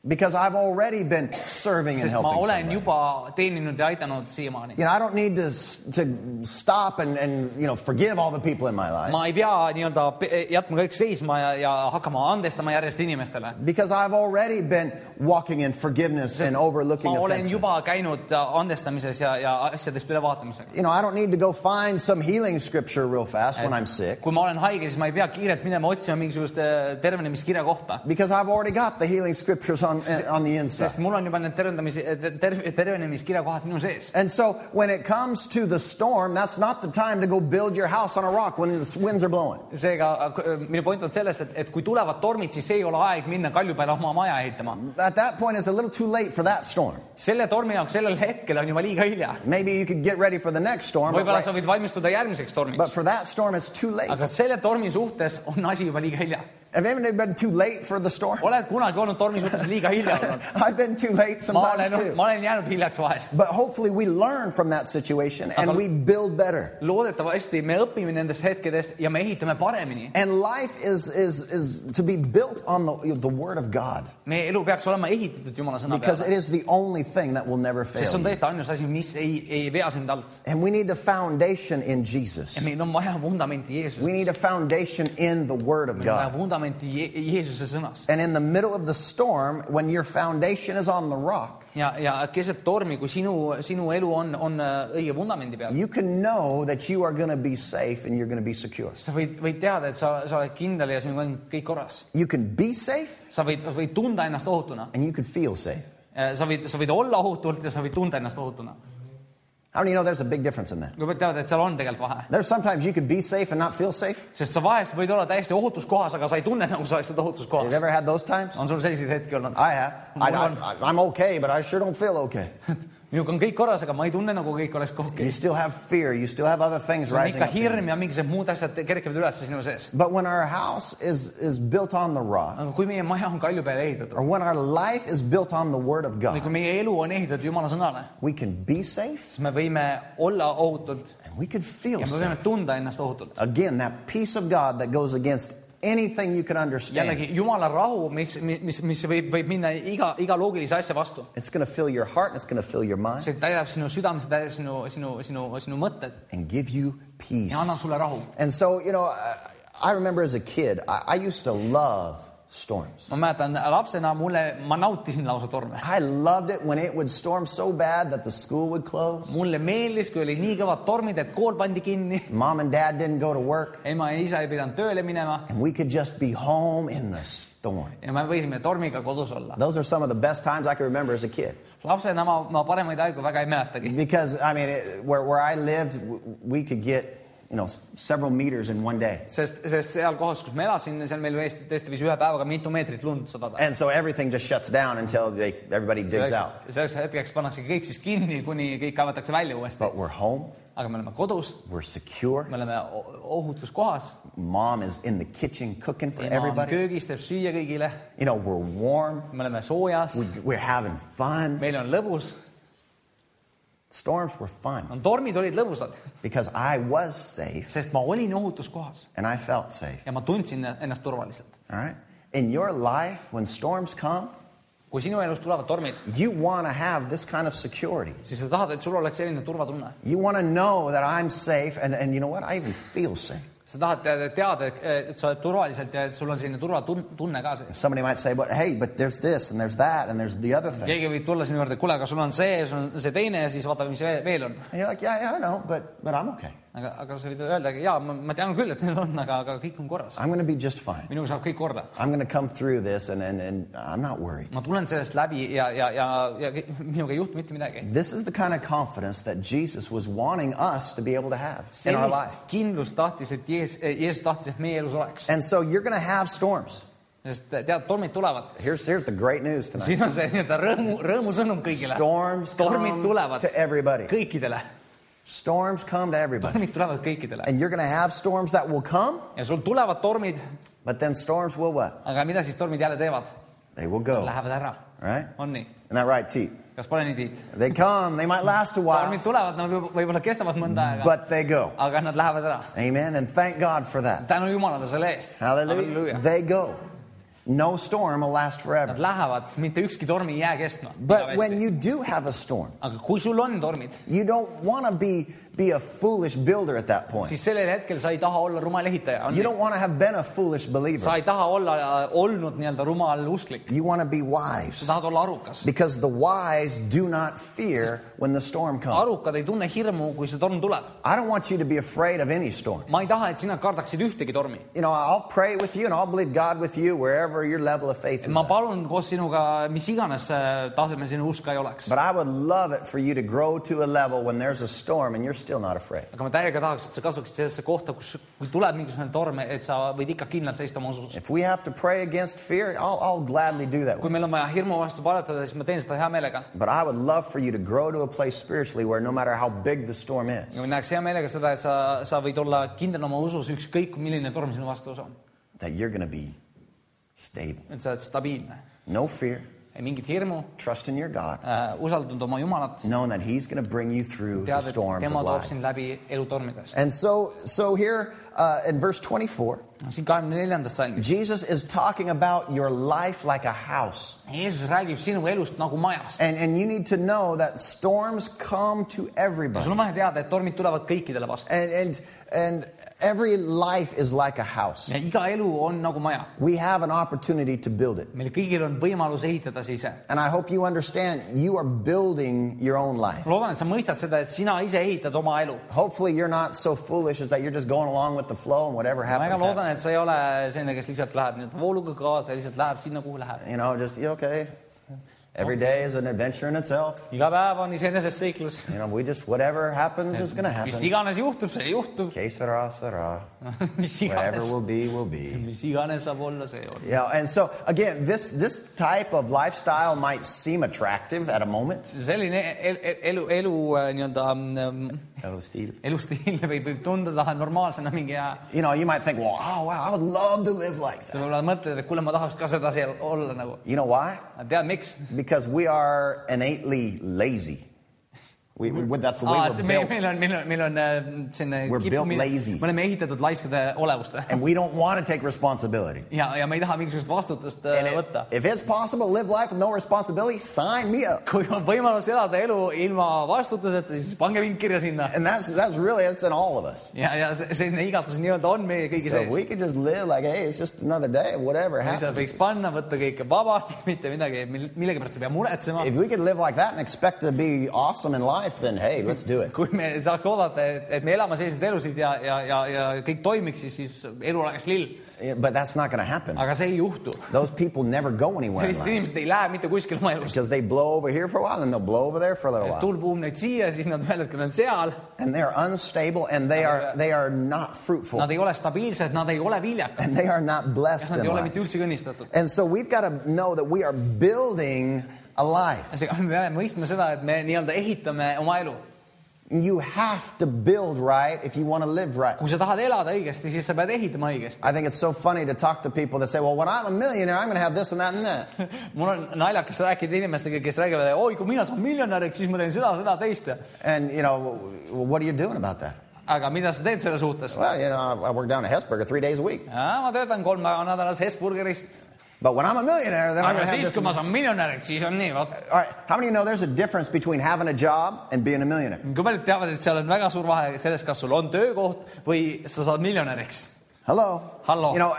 A: because I've already been serving and
B: ma
A: helping
B: olen
A: somebody.
B: juba teeninud ja aidanud siiamaani .
A: You know, I don't need to, s- to stop and, and, you know, forgive all the people in my life
B: ma ei pea nii-öelda pe- eh, jätma kõik seisma ja , ja hakkama andestama järjest inimestele .
A: because I've already been walking in forgiveness and
B: ma
A: overlooking
B: olen
A: offenses.
B: juba käinud äh, andestamises ja , ja asjadest ülevaatamisega .
A: You know, I don't need to go find some healing scripture real fast when I'm sick
B: kui ma olen haige , siis ma ei pea kiirelt minema otsima mingisugust äh, tervenemiskirja kohta ,
A: because I've already got the healing scriptures on, eh, on the
B: sest
A: inside.
B: mul on juba need tervendamis , terve , tervenemiskirja kohad minu sees .
A: And so when it comes to the storm, that's not the time to go build your house on a rock when the winds are blowing.
B: seega äh, k- äh, minu point on selles , et , et kui tulevad tormid , siis ei ole aeg minna kalju peale oma maja ehitama .
A: At that point, it's a little too late for that storm.
B: selle tormi jaoks sellel hetkel on juba liiga hilja .
A: Maybe you could get ready for the next storm, but,
B: võib-olla
A: right-
B: sa võid valmistuda järgmiseks
A: but
B: tormiks ,
A: for that storm, it's too late.
B: aga selle tormi suhtes on asi juba liiga hilja .
A: Have anybody been too late for the storm?
B: oled kunagi olnud tormi suhtes liiga hilja olnud ?
A: *laughs* I've been too late
B: ma
A: sometimes
B: olen ,
A: too.
B: ma olen jäänud hiljaks vahest .
A: But hopefully, we learn from that situation and we build better.
B: loodetavasti me õpime nendest hetkedest ja me ehitame paremini .
A: And life is, is, is to be built on the, the Word of God
B: meie elu peaks olema ehitatud Jumala sõna
A: because
B: peale ,
A: it is the only thing that will never
B: sest see on
A: fail. you.
B: tõesti ainus asi , mis ei , ei vea sind alt .
A: And we need the foundation in
B: ja
A: Jesus,
B: meil on vaja vundamenti
A: we
B: Jeesuses ,
A: need a foundation in the Word of
B: meil on vaja
A: God.
B: vundamenti Je Jeesuse sõnas .
A: And in the middle of the storm, when your foundation is on the rock,
B: ja , ja keset tormi , kui sinu , sinu elu on , on äh, õige vundamendi peal ,
A: you can know that you are going to be safe and you're going to be secure.
B: sa võid , võid teada , et sa , sa oled kindel ja sinuga on kõik korras .
A: You can be safe
B: sa võid , võid tunda ennast ohutuna .
A: and you can feel safe.
B: sa võid , sa võid olla ohutult ja sa võid tunda ennast ohutuna .
A: How do you know there's a big difference in that?
B: sa pead teada , et seal on tegelikult vahe ,
A: There's sometimes you could be safe and not feel safe.
B: sest sa vahest võid olla täiesti ohutus kohas , aga sa ei tunne , nagu sa oleksid ohutus
A: Have
B: kohas
A: you . ever had those times?
B: on sul selliseid hetki olnud ? Ah,
A: I have. I, I, I'm okay, but I sure don't feel okay.
B: minuga on kõik korras , aga ma ei tunne , nagu kõik oleks kokku .
A: You still have fear. You still have other things
B: on
A: rising
B: ikka
A: up. in you.
B: hirm ja mingisugused muud asjad kerkivad üles sinu sees .
A: But when our house is, is built on the rock,
B: aga kui meie maja on kalju peale ehitatud
A: or when our life is built on the Word of
B: või
A: God,
B: kui meie elu on ehitatud Jumala sõnale ,
A: we can be safe
B: siis me võime olla ohutult
A: and we can feel
B: ja me
A: safe.
B: võime tunda ennast ohutult .
A: Again, that peace of God that goes against anything you can understand.
B: jällegi Jumala rahu , mis , mis , mis võib , võib minna iga , iga loogilise asja vastu .
A: It's going to fill your heart and it's going to fill your mind
B: see täidab sinu südame , see täidab sinu , sinu , sinu , sinu mõtted
A: and give you peace.
B: ja annab sulle rahu .
A: And so, you know, I, I remember as a kid, I, I used to love storms.
B: ma mäletan lapsena mulle , ma nautisin lausa torme .
A: I loved it when it would storm so bad that the school would close.
B: mulle meeldis , kui oli nii kõvad tormid , et kool pandi kinni
A: Mom and dad didn't go to work,
B: ema ja isa ei pidanud tööle minema
A: and we could just be home in the storm.
B: ja me võisime tormiga kodus olla .
A: Those are some of the best times I can remember as a kid.
B: lapsena ma , ma paremaid aegu väga ei mäletagi ,
A: Because, I mean, it, where, where I lived, w- we could get, you know, s- several meters in one day.
B: sest , sest seal kohas , kus ma elasin , seal meil ju Eesti tõesti võis ühe päevaga mitu meetrit lund sadada .
A: And so everything just shuts down until they, everybody digs out.
B: selleks hetkeks pannakse kõik siis kinni , kuni kõik kaevatakse välja uuesti .
A: But we're home,
B: aga me oleme kodus ,
A: we're secure.
B: me oleme o- ohutus kohas ,
A: Mom is in the kitchen cooking for
B: ema on
A: everybody.
B: köögis , teeb süüa kõigile ,
A: You know, we're warm,
B: me oleme soojas ,
A: we're having fun.
B: meil on lõbus ,
A: Storms were fun
B: on tormid olid lõbusad ,
A: because I was safe.
B: sest ma olin ohutus kohas
A: and I felt safe.
B: ja ma tundsin ennast turvaliselt .
A: All right? In your life, when storms come,
B: kui sinu elus tulevad tormid ,
A: you want to have this kind of security.
B: siis sa tahad , et sul oleks selline turvatunne
A: You want to know that I'm safe, and, and you know what? I even feel safe.
B: sa tahad te- teada , et sa oled turvaliselt ja et sul on selline turvatunne ka sees .
A: Somebody might say, but hey, but there's this, and there's that, and there's the other thing.
B: keegi võib tulla sinu juurde , kuule , aga sul on see , sul on see teine ja siis vaatame , mis ve- veel on .
A: And you're like, yeah, yeah, I know, but, but I'm okay.
B: aga , aga sa võid öelda , jaa , ma tean küll , et need on , aga , aga kõik on korras .
A: I'm going to be just fine.
B: minuga saab kõik korda .
A: I'm going to come through this, and, and, and I'm not worried.
B: ma tulen sellest läbi ja , ja , ja , ja kõ- minuga ei juhtu mitte midagi .
A: This is the kind of confidence that Jesus was wanting us to be able to have in our life.
B: sellist kindlust tahtis , et Jees- , Jeesus tahtis , et meie elus oleks .
A: And so you're going to have storms.
B: sest tead , tormid tulevad .
A: Here's, here's the great news tonight.
B: siin on see nii-öelda rõõmu , rõõmusõnum kõigile .
A: Storms
B: tormid
A: come
B: tulevad
A: to everybody.
B: kõikidele .
A: Storms come to everybody.
B: tormid tulevad kõikidele .
A: And you're going to have storms that will come,
B: ja sul tulevad tormid
A: but then storms will what?
B: aga mida siis tormid jälle teevad ?
A: they will go.
B: lähevad ära
A: Right?
B: on nii ,
A: Isn't that right, T?
B: kas pole nii , Tiit ?
A: They come, they might last a while,
B: farmid tulevad , nad võib- võib-olla kestavad mõnda aega ,
A: but they go.
B: aga nad lähevad ära .
A: Amen. And thank God for that.
B: tänu Jumalale selle eest .
A: Hallelujah. They go. No storm will last
B: Nad
A: forever.
B: lähevad , mitte ükski torm ei jää kestma .
A: But when you do have a storm,
B: aga kui sul on tormid ,
A: you don't want to be, be a foolish builder at that point.
B: siis sellel hetkel sa ei taha olla rumal ehitaja .
A: You don't want to have been a foolish believer.
B: sa ei taha olla äh, olnud nii-öelda rumal usklik ,
A: You want to be
B: sa
A: wise
B: tahad olla arukas .
A: because the wise do not fear when the storm comes.
B: arukad ei tunne hirmu , kui see torm tuleb .
A: I don't want you to be afraid of any storm.
B: ma ei taha , et sina kardaksid ühtegi tormi .
A: You know, I'll pray with you and I'll believe God with you wherever your level of faith is.
B: ma
A: At.
B: palun koos sinuga , mis iganes äh, tasemel sinu usk ka ei oleks .
A: But I would love it for you to grow to a level when there's a storm and you're still not afraid.
B: aga ma täiega tahaks , et sa kasvaksid sellesse kohta , kus , kui tuleb mingisugune torm , et sa võid ikka kindlalt seista oma usus .
A: If we have to pray against fear, I'll, I'll gladly do that.
B: kui meil on vaja hirmu vastu paletada , siis ma teen seda hea meelega .
A: But I would love for you to grow to a place spiritually where no matter how big the storm is,
B: ja ma näeks hea meelega seda , et sa , sa võid olla kindel oma usus , ükskõik milline torm sinu vastus on .
A: that you're going to be stable.
B: et sa oled stabiilne ,
A: No fear,
B: ei mingit hirmu
A: trust in your God,
B: äh, , usaldanud oma Jumalat ,
A: knowing that He's going to bring you through the
B: tead , et
A: storms of
B: tema toob
A: life.
B: sind läbi elutormidest .
A: And so, so here uh, in verse 24,
B: siin kahekümne neljandas salmis .
A: Jesus is talking about your life like a house.
B: Jeesus räägib sinu elust nagu majast .
A: And, and you need to know that storms come to everybody.
B: sul on vaja teada , et tormid tulevad kõikidele vastu .
A: And, and, and every life is like a house.
B: ja iga elu on nagu maja .
A: We have an opportunity to build it.
B: meil kõigil on võimalus ehitada see ise .
A: And I hope you understand you are building your own life.
B: ma loodan , et sa mõistad seda , et sina ise ehitad oma elu .
A: Hopefully, you're not so foolish as that you're just going along with the flow and whatever
B: ma väga
A: happens. happens.
B: loodan , et sa ei ole selline , kes lihtsalt läheb nii-öelda vooluga kaasa ja lihtsalt läheb sinna , kuhu läheb .
A: You know, just, yeah, okay. Every day is an adventure in itself.
B: iga päev on iseenesest seiklus .
A: You know, we just, whatever happens is going to
B: mis
A: happen.
B: iganes juhtub , see juhtub . *laughs*
A: Que sera, sera.
B: mis
A: Whatever
B: iganes ,
A: will be, will be.
B: mis iganes saab olla , see on .
A: Yeah, and so again, this this type of lifestyle might seem attractive at a moment.
B: selline el- el- elu , elu äh, nii-öelda mm,
A: Oh, Steve.
B: elustiil võib , võib tunduda normaalsena mingi aja .
A: You know, you might think, well, oh wow, I would love to live like that.
B: sa võib-olla mõtled , et kuule , ma tahaks ka sedasi el- olla nagu .
A: You know why?
B: tead , miks ?
A: Because we are innately lazy. We, we that's the way
B: Aa,
A: we're
B: Ah, see- meil ,
A: built,
B: meil on , meil on , meil on äh, selline
A: We're built lazy.
B: me oleme ehitatud laiskade olevust
A: and we don't want to take responsibility.
B: *laughs* ja , ja me ei taha mingisugust vastutust äh,
A: And it-
B: võtta .
A: if it's possible to live life with no responsibility, sign me up. *laughs*
B: kui on võimalus elada elu ilma vastutuseta , siis pange mind kirja sinna .
A: And that's that's really that's in all of us.
B: ja , ja see- selline igatsus nii-öelda on meie kõigi
A: So if we
B: sees .
A: could just live like, hey, it's just another day, whatever
B: lihtsalt
A: happens.
B: võiks panna , võtta kõike vabalt , *laughs* mitte midagi , millegipärast ei pea muretsema .
A: If we could live like that and expect to be awesome in life, then hey, let's do it.
B: kui me saaks oodata , et , et me elame selliseid elusid ja , ja , ja , ja kõik toimiks , siis , siis elu oleks lill .
A: Yeah, But that's not going to happen.
B: aga see ei juhtu .
A: Those people never go anywhere in
B: sellised
A: life
B: inimesed ei lähe mitte kuskile oma elus .
A: because they blow over here for a while and they'll blow over there for a little while.
B: tuul puhub neid siia , siis nad ühel hetkel on seal ,
A: And they're unstable and they are, they are not fruitful
B: nad ei ole stabiilsed , nad ei ole viljakad ,
A: and they are not blessed
B: nad
A: in
B: ei ole
A: life.
B: mitte üldse kõnnistatud .
A: And so we've got to know that we are building a life.
B: seega me peame mõistma seda , et me nii-öelda ehitame oma elu .
A: You have to build right if you want to live right.
B: kui sa tahad elada õigesti , siis sa pead ehitama õigesti . *laughs*
A: I think it's so funny to talk to people that say, well, when I'm a millionaire, I'm going to have this and that and that.
B: mul on naljakas rääkida inimestega , kes räägivad , oi , kui mina saan miljonäriks , siis ma teen seda , seda , teist .
A: And, you know, well, what are you doing about that?
B: aga mida sa teed selle suhtes ?
A: Well, you know, I I work down at Hesburger three days a week.
B: ma töötan kolm päeva nädalas Hesburgeris
A: But when I'm a millionaire, then I'm going to
B: aga
A: have
B: siis ,
A: this
B: kui ma saan miljonäriks , siis on nii , vot .
A: All right, how many of you know there's a difference between having a job and being a millionaire?
B: kui paljud teavad , et seal on väga suur vahe selles , kas sul on töökoht või sa saad miljonäriks .
A: Hello.
B: Hello.
A: You know,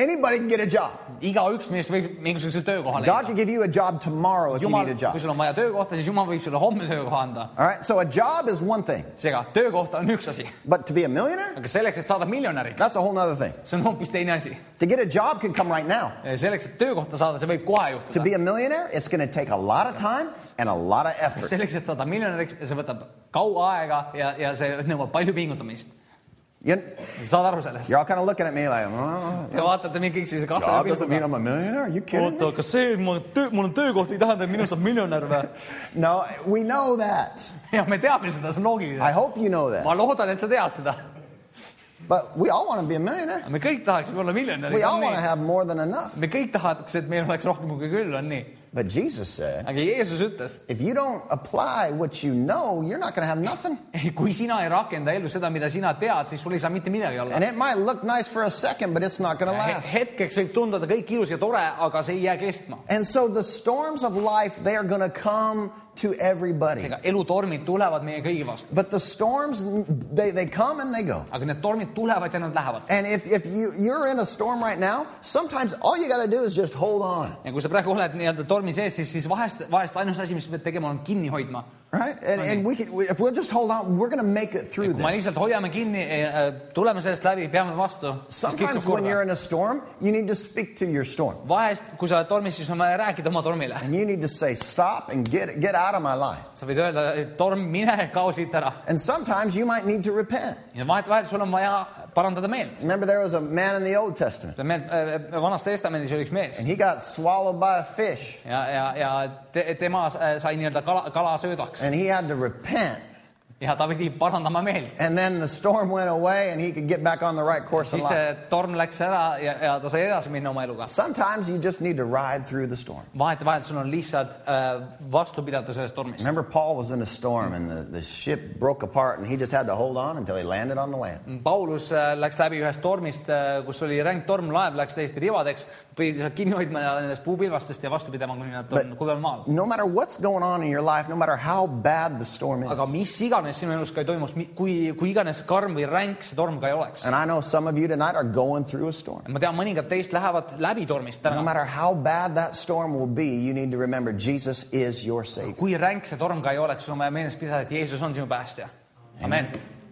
A: anybody can get a job.
B: igaüks meist võib mingisuguse töökoha
A: God
B: leida
A: can give you a job tomorrow if you
B: jumal
A: need a ,
B: kui
A: job.
B: sul on vaja töökohta , siis jumal võib sulle homme töökoha anda .
A: All right, so a job is one thing,
B: seega töökoht on üks asi ,
A: but to be a millionaire,
B: aga selleks , et saada miljonäriks ,
A: that's a whole nother thing.
B: see on hoopis teine asi .
A: To get a job can come right now.
B: selleks , et töökohta saada , see võib kohe
A: To
B: juhtuda .
A: be a millionaire, it's going to take a lot of time and a lot of effort.
B: selleks , et saada miljonäriks , see võtab kaua aega ja , ja see nõuab palju pingutamist .
A: You,
B: saad aru sellest ?
A: you're all kind of looking at me like, oh,
B: Te vaatate mind kõik sellise
A: job
B: kahtlase
A: doesn't mean
B: pilguga .
A: I'm a millionaire? Are you kidding me?
B: oota , kas see , et ma töö , mul on töökoht , ei tähenda , et minust saab miljonär *laughs* või ?
A: No, we know that.
B: ja me teame seda , see on loogiline
A: I . hope you know that.
B: ma loodan , et sa tead seda .
A: But we all want to be a millionaire.
B: me kõik tahaksime olla miljonärid
A: We all want to
B: on nii
A: have more than enough.
B: me kõik tahaks et meil oleks rohkem kui küll on nii
A: But Jesus said,
B: aga Jeesus ütles
A: if you don't apply what you know, you're not going to have nothing.
B: kui sina ei rakenda ellu seda mida sina tead siis sul ei saa mitte midagi olla
A: And it might look nice for a second, but it's not going to
B: He-
A: last.
B: hetkeks võib tunduda kõik ilus ja tore aga see ei jää kestma
A: And so the storms of life, they are going to come to everybody.
B: seega elutormid tulevad meie kõigi vastu
A: But the storms, they, they come and they go.
B: aga need tormid tulevad ja nad lähevad
A: And if, if you, you're in a storm right now, sometimes all you got to do is just hold on,
B: ja kui sa praegu oled nii-öelda tormi sees siis siis vahest vahest ainus asi mis sa pead tegema on kinni hoidma
A: right? And, and we can, if we'll just hold on, we're going to make it through
B: kui me
A: this.
B: lihtsalt hoiame kinni eh, eh, tuleme sellest läbi peame vastu siis
A: Sometimes
B: kitsub
A: when you're
B: korda
A: in a storm, you need to speak to your storm.
B: vahest kui sa oled tormis siis on vaja rääkida oma tormile
A: And you need to say, stop and get, get out of my life.
B: sa võid öelda et torm mine kao siit ära
A: And sometimes you might need to repent.
B: ja vahetevahel sul on vaja parandada meelt
A: Remember, there was a man in the Old Testament,
B: meil eh, vanas testamendis oli üks mees
A: and he got swallowed by a fish,
B: ja ja ja te, tema eh, sai nii-öelda kala kalasöödaks
A: and he had to repent.
B: ja ta pidi parandama meelt
A: And then the storm went away, and he could get back on the right course in
B: siis
A: life.
B: see torm läks ära ja, ja ta sai edasi minna oma eluga
A: Sometimes you just need to ride through the storm.
B: vahetevahel sul on lihtsalt äh, vastu pidada sellest tormist
A: Remember, Paul was in a storm and the, the ship broke apart, and he just had to hold on until he landed on the land.
B: Paulus äh, läks läbi ühest tormist äh, kus oli ränk torm laev läks täiesti rivadeks pidi seal kinni hoidma ja nendest puupilvastest ja vastu pidama kuni nad on
A: But-
B: kuival maal
A: No matter what's going on in your life, no matter how bad the storm
B: aga
A: is,
B: mis iganes sinu elus ka ei toimuks mi- kui kui iganes karm või ränk see torm ka ei oleks
A: and I know some of you tonight are going through a storm.
B: ma tean mõningad teist lähevad läbi tormist
A: No
B: täna
A: matter how bad that storm will be, you need to remember Jesus is your Savior.
B: kui ränk see torm ka ei oleks sul on vaja meeles pidada et Jeesus on sinu päästja amen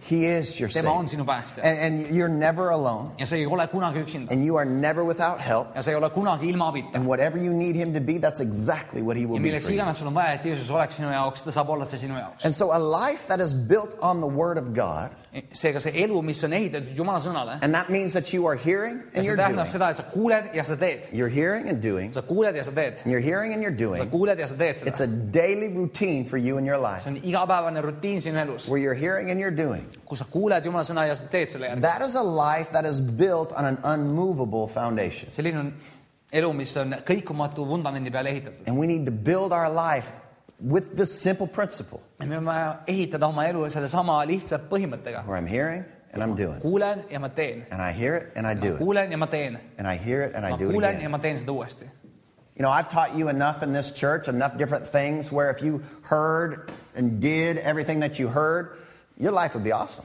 A: He is your
B: tema
A: Savior.
B: on sinu päästja
A: And, and you're never alone,
B: ja sa ei ole kunagi üksinda
A: and you are never without help.
B: ja sa ei ole kunagi ilma abita
A: And whatever you need Him to be, that's exactly what He will
B: ja
A: be
B: milleks
A: for you.
B: iganes sul on vaja et Jeesus oleks sinu jaoks ta saab olla see sinu jaoks E-,
A: And so, a life that is built on the Word of God,
B: seega see elu mis on ehitatud Jumala sõnale
A: and that means that you are hearing
B: ja
A: and
B: see
A: you're
B: tähendab
A: doing.
B: seda et sa kuuled ja sa teed
A: You're hearing and doing,
B: sa kuuled ja sa teed
A: and you're hearing and you're
B: sa
A: doing.
B: kuuled ja sa teed seda
A: It's a daily routine for you in your life
B: see on igapäevane rutiin sinu elus
A: where you're hearing and you're doing.
B: kui sa kuuled Jumala sõna ja sa teed selle järgi
A: That is a life that is built on an unmovable foundation.
B: selline on elu mis on kõikumatu vundamendi peale ehitatud
A: And we need to build our life with this simple principle
B: ja me on vaja ehitada oma elu sellesama lihtsa põhimõttega
A: where I'm hearing and I'm doing.
B: kuulen ja ma teen
A: And I hear it and I do it.
B: kuulen ja ma teen
A: And I hear it and I
B: ma
A: do it
B: kuulen ja
A: again.
B: ma teen seda uuesti
A: You know, I've taught you enough in this church, enough different things where if you heard and did everything that you heard, your life would be awesome.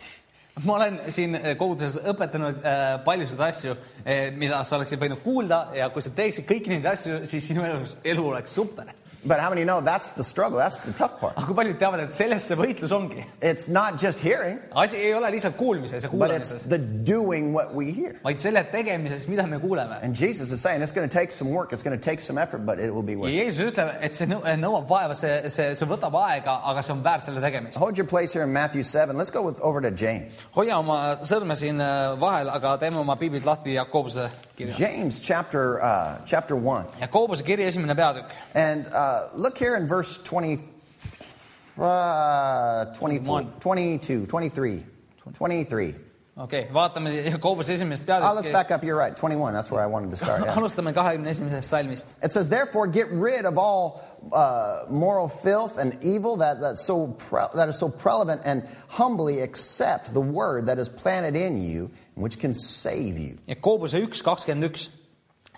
B: ma olen siin eh, koguduses õpetanud äh, paljusid asju äh, , mida sa oleksid võinud kuulda ja kui sa teeksid kõiki neid asju , siis sinu elus , elu oleks super .
A: But how many know that's the struggle? That's the tough part.
B: aga kui paljud teavad , et selles see võitlus ongi ?
A: It's not just hearing.
B: asi ei ole lihtsalt kuulmises ja
A: But it's
B: kuulamises ,
A: the doing what we hear.
B: vaid selle tegemises , mida me kuuleme .
A: And Jesus is saying it's going to take some work, it's going to take some effort, but it will be
B: ja
A: worth it.
B: Jeesus ütleb , et see nõu- nõuab vaeva , see , see , see võtab aega , aga see on väärt selle tegemist .
A: Hold your place here in Matthew 7. Let's go with, over to James.
B: hoia oma sõrme siin äh, vahel , aga teeme oma piiblid lahti Jakobuse kirjas .
A: James chapter, uh, chapter 1.
B: Jakobuse kiri esimene peatükk ,
A: And uh, look here in verse 20, uh, 24,
B: One.
A: 22, 23. 23.
B: okei okay, , vaatame Jakobuse esimest
A: Oh, let's
B: peatükki
A: back up. You're right. 21. That's where I wanted to start. yeah.
B: alustame kahekümne esimesest salmist .
A: It says, therefore, get rid of all uh, moral filth and evil that, that's so pre- that is so prevalent, and humbly accept the word that is planted in you, which can save you.
B: ja Koobuse üks kakskümmend üks .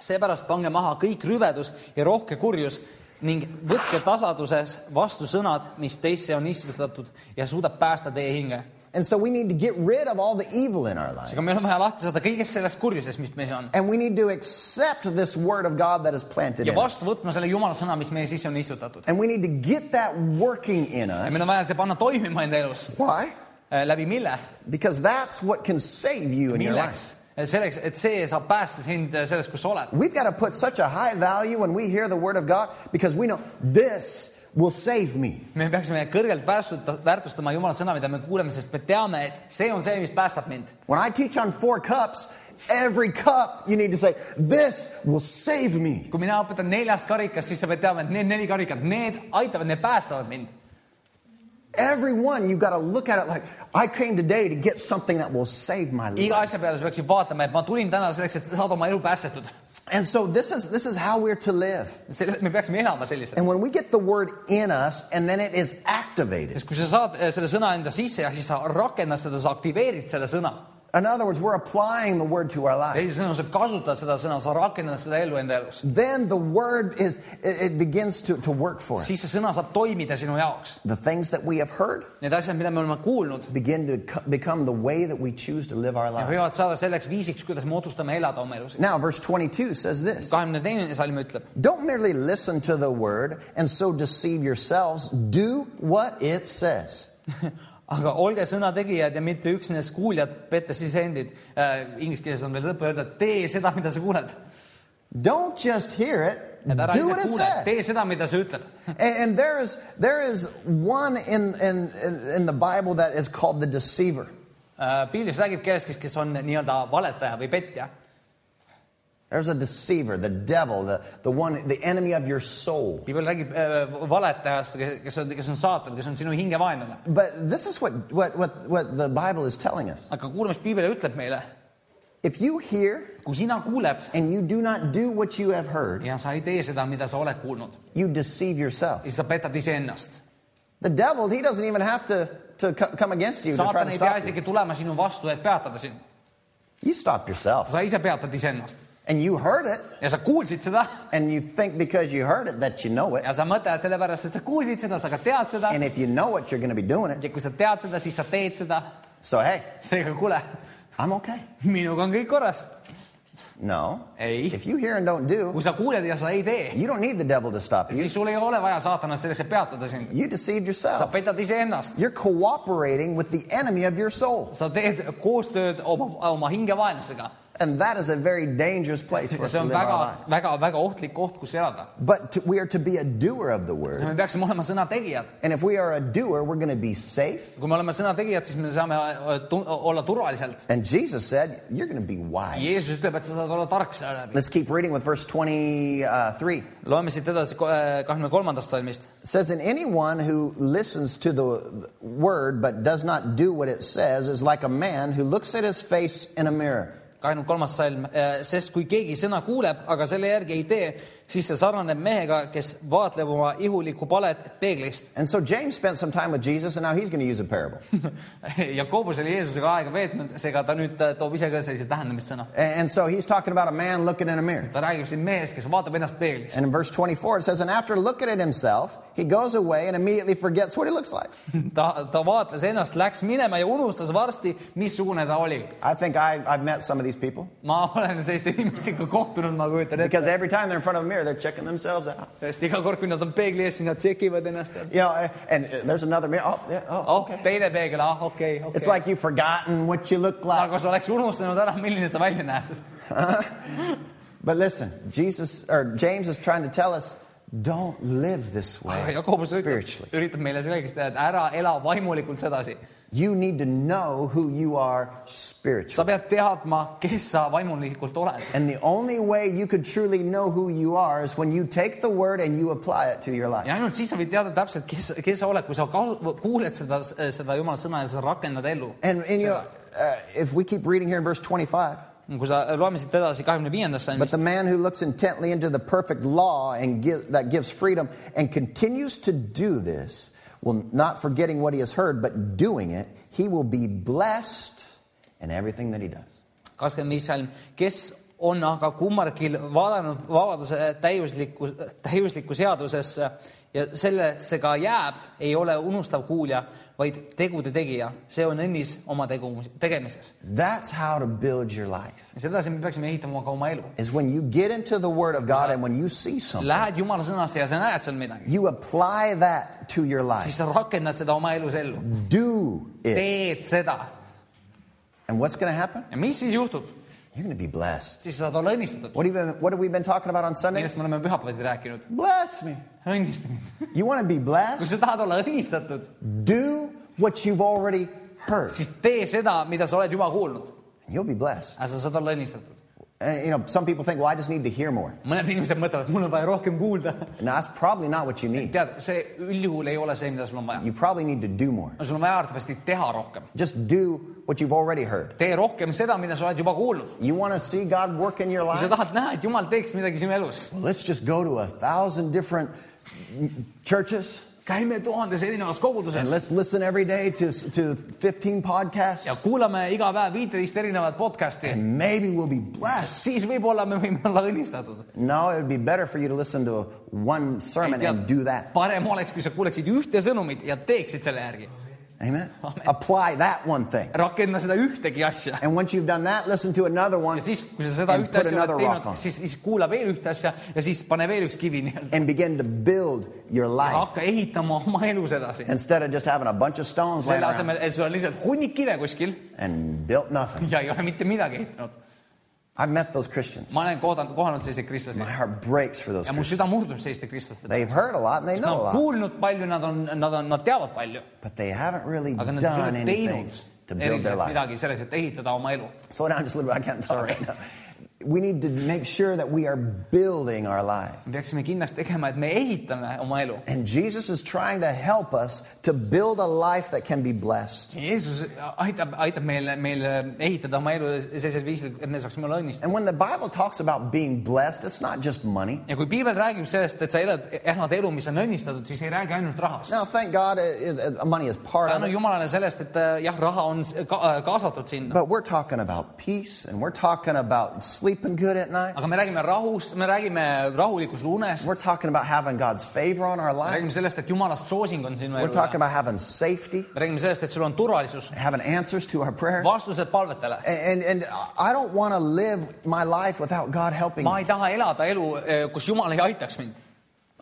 B: seepärast pange maha kõik rüvedus ja rohke kurjus ning võtke tasanduses vastu sõnad , mis teisse on istutatud ja suudab päästa teie hinge .
A: And so we need to get rid of all the evil in our life.
B: seega meil on vaja lahti saada kõigest sellest kurjusest , mis meis on
A: And we need to accept this word of God that is planted
B: ja
A: in us.
B: vastu võtma selle jumala sõna , mis meie sisse on istutatud .
A: And we need to get that working in
B: ja
A: us.
B: meil on vaja see panna toimima enda elus .
A: Why?
B: läbi mille ?
A: Because that's what can save you in your life.
B: milleks ? selleks , et see saab päästa sind äh, sellest , kus sa oled .
A: We've got to put such a high value when we hear the word of God because we know this will save me.
B: me peaksime kõrgelt väärtusta- väärtustama Jumala sõna , mida me kuuleme , sest me teame , et see on see , mis päästab mind .
A: When I teach on four cups, every cup you need to say, This will save me.
B: kui mina õpetan neljast karikast , siis sa pead teadma , et need neli karikat , need aitavad , need päästavad mind .
A: Everyone, you've got to look at it like, I came today to get something that will save my
B: iga
A: life.
B: asja peale sa peaksid vaatama , et ma tulin täna selleks , et saada oma elu päästetud .
A: And so this is, this is how we're to live.
B: selle , me peaksime elama selliselt .
A: And when we get the word in us and then it is activated,
B: sest kui sa saad eh, selle sõna enda sisse ja siis sa rakendad seda , sa aktiveerid selle sõna .
A: in other words, we're applying the word to our life.
B: teisisõnu , sa kasutad seda sõna , sa rakendad seda ellu enda elus .
A: Then the word is, it, it begins to, to work for us.
B: siis see sõna saab toimida sinu jaoks .
A: The things that we have heard
B: Need asjad , mida me oleme kuulnud ,
A: begin to co- become the way that we choose to live our life.
B: võivad saada selleks viisiks , kuidas me otsustame elada oma elus .
A: Now, verse 22 says this
B: kahekümne teine salm ütleb ,
A: Don't merely listen to the word and so deceive yourselves. Do what it says.
B: aga olge sõnategijad ja mitte üksnes kuuljad , pettes sisendid äh, . Inglise keeles on veel lõpp öelda , tee seda , mida sa kuuled .
A: Don't just hear it,
B: et ära
A: do what it
B: lihtsalt kuule ,
A: says.
B: tee seda , mida see ütleb .
A: And, and there, is, there is one in, in, in- in the Bible that is called the deceiver.
B: piiblis Äh, räägib kellestki , kes on nii-öelda valetaja või petja .
A: There's a deceiver, the devil, the, the one, the enemy of your soul.
B: piibel räägib äh, valetajast , kes on , kes on saatan , kes on sinu hinge vaenlane .
A: But this is what, what, what, what the Bible is telling us.
B: aga kuule , mis piibel ütleb meile .
A: If you hear
B: kui sina kuuled
A: and you do not do what you have heard,
B: ja sa ei tee seda , mida sa oled kuulnud ,
A: you deceive yourself.
B: siis sa petad iseennast .
A: The devil, he doesn't even have to, to co- come against you to try
B: saatan
A: to
B: ei pea
A: stop you.
B: isegi tulema sinu vastu , et peatada sind .
A: You stop yourself.
B: sa ise peatad iseennast
A: And you heard it,
B: ja sa kuulsid seda
A: and you think because you heard it that you know it.
B: ja sa mõtled sellepärast , et sa kuulsid seda , sa ka tead seda
A: And if you know it, you're going to be doing it.
B: ja kui sa tead seda , siis sa teed seda .
A: So, hey,
B: seega kuule ,
A: I'm okay.
B: minuga on kõik korras .
A: No.
B: Hey.
A: If you hear and don't do,
B: kui sa kuuled ja sa ei tee ,
A: you don't need the devil to stop you.
B: siis sul ei ole vaja saatanat selleks , et peatada sind .
A: You deceived
B: sa
A: yourself.
B: petad iseennast ,
A: You're cooperating with the enemy of your soul.
B: sa teed koostööd oma , oma hingevaenlasega
A: And that is a very dangerous place for
B: ja
A: us
B: see
A: to
B: on
A: live
B: väga
A: our life. ,
B: väga , väga ohtlik koht , kus elada .
A: But to, we are to be a doer of the word.
B: me peaksime olema sõnategijad .
A: And if we are a doer, we're going to be safe.
B: kui me oleme sõnategijad , siis me saame äh, tu- olla turvaliselt .
A: And Jesus said, You're going to be wise.
B: Jeesus ütleb , et sa saad olla tark selle läbi .
A: Let's keep reading with verse 23.
B: loeme siit edasi kahekümne kolmandast salmist .
A: It says, And anyone who listens to the word but does not do what it says is like a man who looks at his face in a mirror.
B: kahekümne kolmas salm , sest kui keegi sõna kuuleb , aga selle järgi ei tee , siis see sarnaneb mehega , kes vaatleb oma ihulikku palet peeglist .
A: And so James spent some time with Jesus, and now he's going to use a parable.
B: *laughs* Jakobus oli Jeesusega aega veetnud , seega ta nüüd äh, toob ise ka sellise tähendamissõna .
A: And so he's talking about a man looking in a mirror.
B: ta räägib siin mehest , kes vaatab ennast peeglist .
A: And in verse 24, it says, And after looking at himself, he goes away and immediately forgets what he looks like.
B: *laughs* ta , ta vaatles ennast , läks minema ja unustas varsti , missugune ta oli .
A: I think I, I've met some of these people
B: ma olen selliste inimestega kohtunud , ma kujutan ette ,
A: because every time they're in front of a mirror, they're checking themselves out.
B: tõesti iga kord , kui nad on peegli ees , siis nad tšekivad ennast .
A: You know, and there's another mirror. Oh, yeah, oh,
B: oh
A: okay. ,
B: teine peegel , ah okei ,
A: It's
B: okei .
A: like you've forgotten what you look like.
B: aga sa oleks unustanud ära , milline sa välja näed .
A: But listen, Jesus or James is trying to tell us don't live this
B: aga
A: way
B: Jakobus üritab,
A: spiritually.
B: üritab meile selgeks teha , et ära ela vaimulikult sedasi .
A: You need to know who you are spiritually.
B: sa pead teadma , kes sa vaimulikult oled .
A: And the only way you could truly know who you are is when you take the word and you apply it to your life.
B: ja ainult siis sa võid teada täpselt , kes , kes sa oled , kui sa kasu- kuuled seda , seda jumala sõna ja sa rakendad ellu .
A: And, and you know, uh, if we keep reading here in verse 25,
B: kui sa , loeme siit edasi kahekümne viiendast
A: but
B: salmist
A: the . man who looks intently into the perfect law and give, that gives freedom and continues to do this, will not forgetting what he has heard, but doing it, he will be blessed in everything that he does.
B: kakskümmend viis salm , kes on aga kummalgi vaadanud vabaduse täiuslikku , täiuslikku seadusesse ja sellesse ka jääb , ei ole unustav kuulja , vaid tegude tegija , see on õnnis oma tegu , tegemises .
A: That's how to build your life.
B: ja sedasi me peaksime ehitama ka oma elu .
A: Is when you get into the word of God and when you see something,
B: Lähed jumala sõnasse ja sa näed seal midagi ,
A: you apply that to your
B: siis
A: life.
B: sa rakendad seda oma elus ellu ,
A: Do it.
B: teed seda
A: And what's going to happen?
B: ja mis siis juhtub ,
A: You're going to be blessed.
B: siis sa saad olla õnnistatud .
A: What, even, what have we been talking about on Sundays?
B: millest me oleme pühapäeviti rääkinud ,
A: Bless me.
B: õnnista mind .
A: You want to be
B: kui
A: blessed?
B: sa tahad olla õnnistatud ,
A: Do what you've already heard.
B: siis tee seda , mida sa oled juba kuulnud ,
A: You'll be blessed.
B: sa saad olla õnnistatud .
A: And, you know, some people think, well, I just need to hear more.
B: mõned inimesed mõtlevad , mul on vaja rohkem kuulda .
A: And that's probably not what you need.
B: tead , see üldjuhul ei ole see , mida sul on vaja .
A: You probably need to do more.
B: sul on vaja arvatavasti teha rohkem .
A: Just do what you've already heard.
B: tee rohkem seda , mida sa oled juba kuulnud .
A: You want to see God work in your
B: kui sa
A: life?
B: tahad näha , et jumal teeks midagi sinu elus ,
A: Well, let's just go to a thousand different churches
B: käime tuhandes erinevas
A: and
B: koguduses
A: let's listen every day to, to 15
B: ja
A: podcasts.
B: kuulame iga päev viiteist erinevat podcast'i ,
A: And maybe we'll be blessed.
B: siis võib-olla me võime olla õnnistatud .
A: No, it would be better for you to listen to one sermon and do that.
B: parem oleks , kui sa kuuleksid ühte sõnumit ja teeksid selle järgi .
A: Amen? Apply that one thing.
B: rakenda seda ühtegi asja .
A: And once you've done that, listen to another one
B: ja siis , kui sa seda
A: And
B: ühte
A: put
B: asja oled
A: another rock
B: teinud
A: on. ,
B: siis , siis kuula veel ühte asja ja siis pane veel üks kivi nii-öelda .
A: and begin to build your life
B: hakka ehitama oma elus edasi .
A: instead of just having a bunch of stones laying
B: selle
A: around
B: asemel , et sul on lihtsalt hunnik kive kuskil
A: and built nothing.
B: ja ei ole mitte midagi ehitanud .
A: I've met those Christians.
B: ma olen kohanud , kohanud selliseid kristlasi
A: My heart breaks for those
B: ja mu
A: Christians.
B: süda murdub selliste kristlaste peale .
A: They've heard a lot and they
B: Nad
A: know a
B: on
A: lot,
B: kuulnud palju , nad on , nad on , nad teavad palju ,
A: but they haven't really
B: aga nad ei
A: done
B: ole
A: anything
B: teinud
A: to build their
B: eriliselt
A: life.
B: midagi selleks , et ehitada oma elu .
A: Slow down just a little bit. I can't talk right now. *laughs* We need to make sure that we are building our life.
B: me peaksime kindlasti tegema , et me ehitame oma elu .
A: And Jesus is trying to help us to build a life that can be blessed.
B: Jeesus aitab , aitab meil , meil ehitada oma elu sellisel viisil , et me saaksime olla õnnistatud .
A: And when the Bible talks about being blessed, it's not just money.
B: ja kui piibel räägib sellest , et sa elad , elad elu , mis on õnnistatud , siis ei räägi ainult rahast .
A: Now, thank God, it, it, money is part of
B: tänu
A: it.
B: Jumalale sellest , et äh, jah , raha on s- ka, äh, kaasatud sinna ,
A: But we're talking about peace and we're talking about sleeping good at night.
B: aga me räägime rahust , me räägime rahulikust unest ,
A: We're talking about having God's favor on our life.
B: räägime sellest , et Jumalast soosing on sinu
A: We're
B: elu
A: talking . about having safety,
B: me räägime sellest , et sul on turvalisus ,
A: having answers to our prayers.
B: vastused palvetele .
A: And, and I don't want to live my life without God helping me.
B: ma ei taha elada elu , kus Jumal ei aitaks mind ,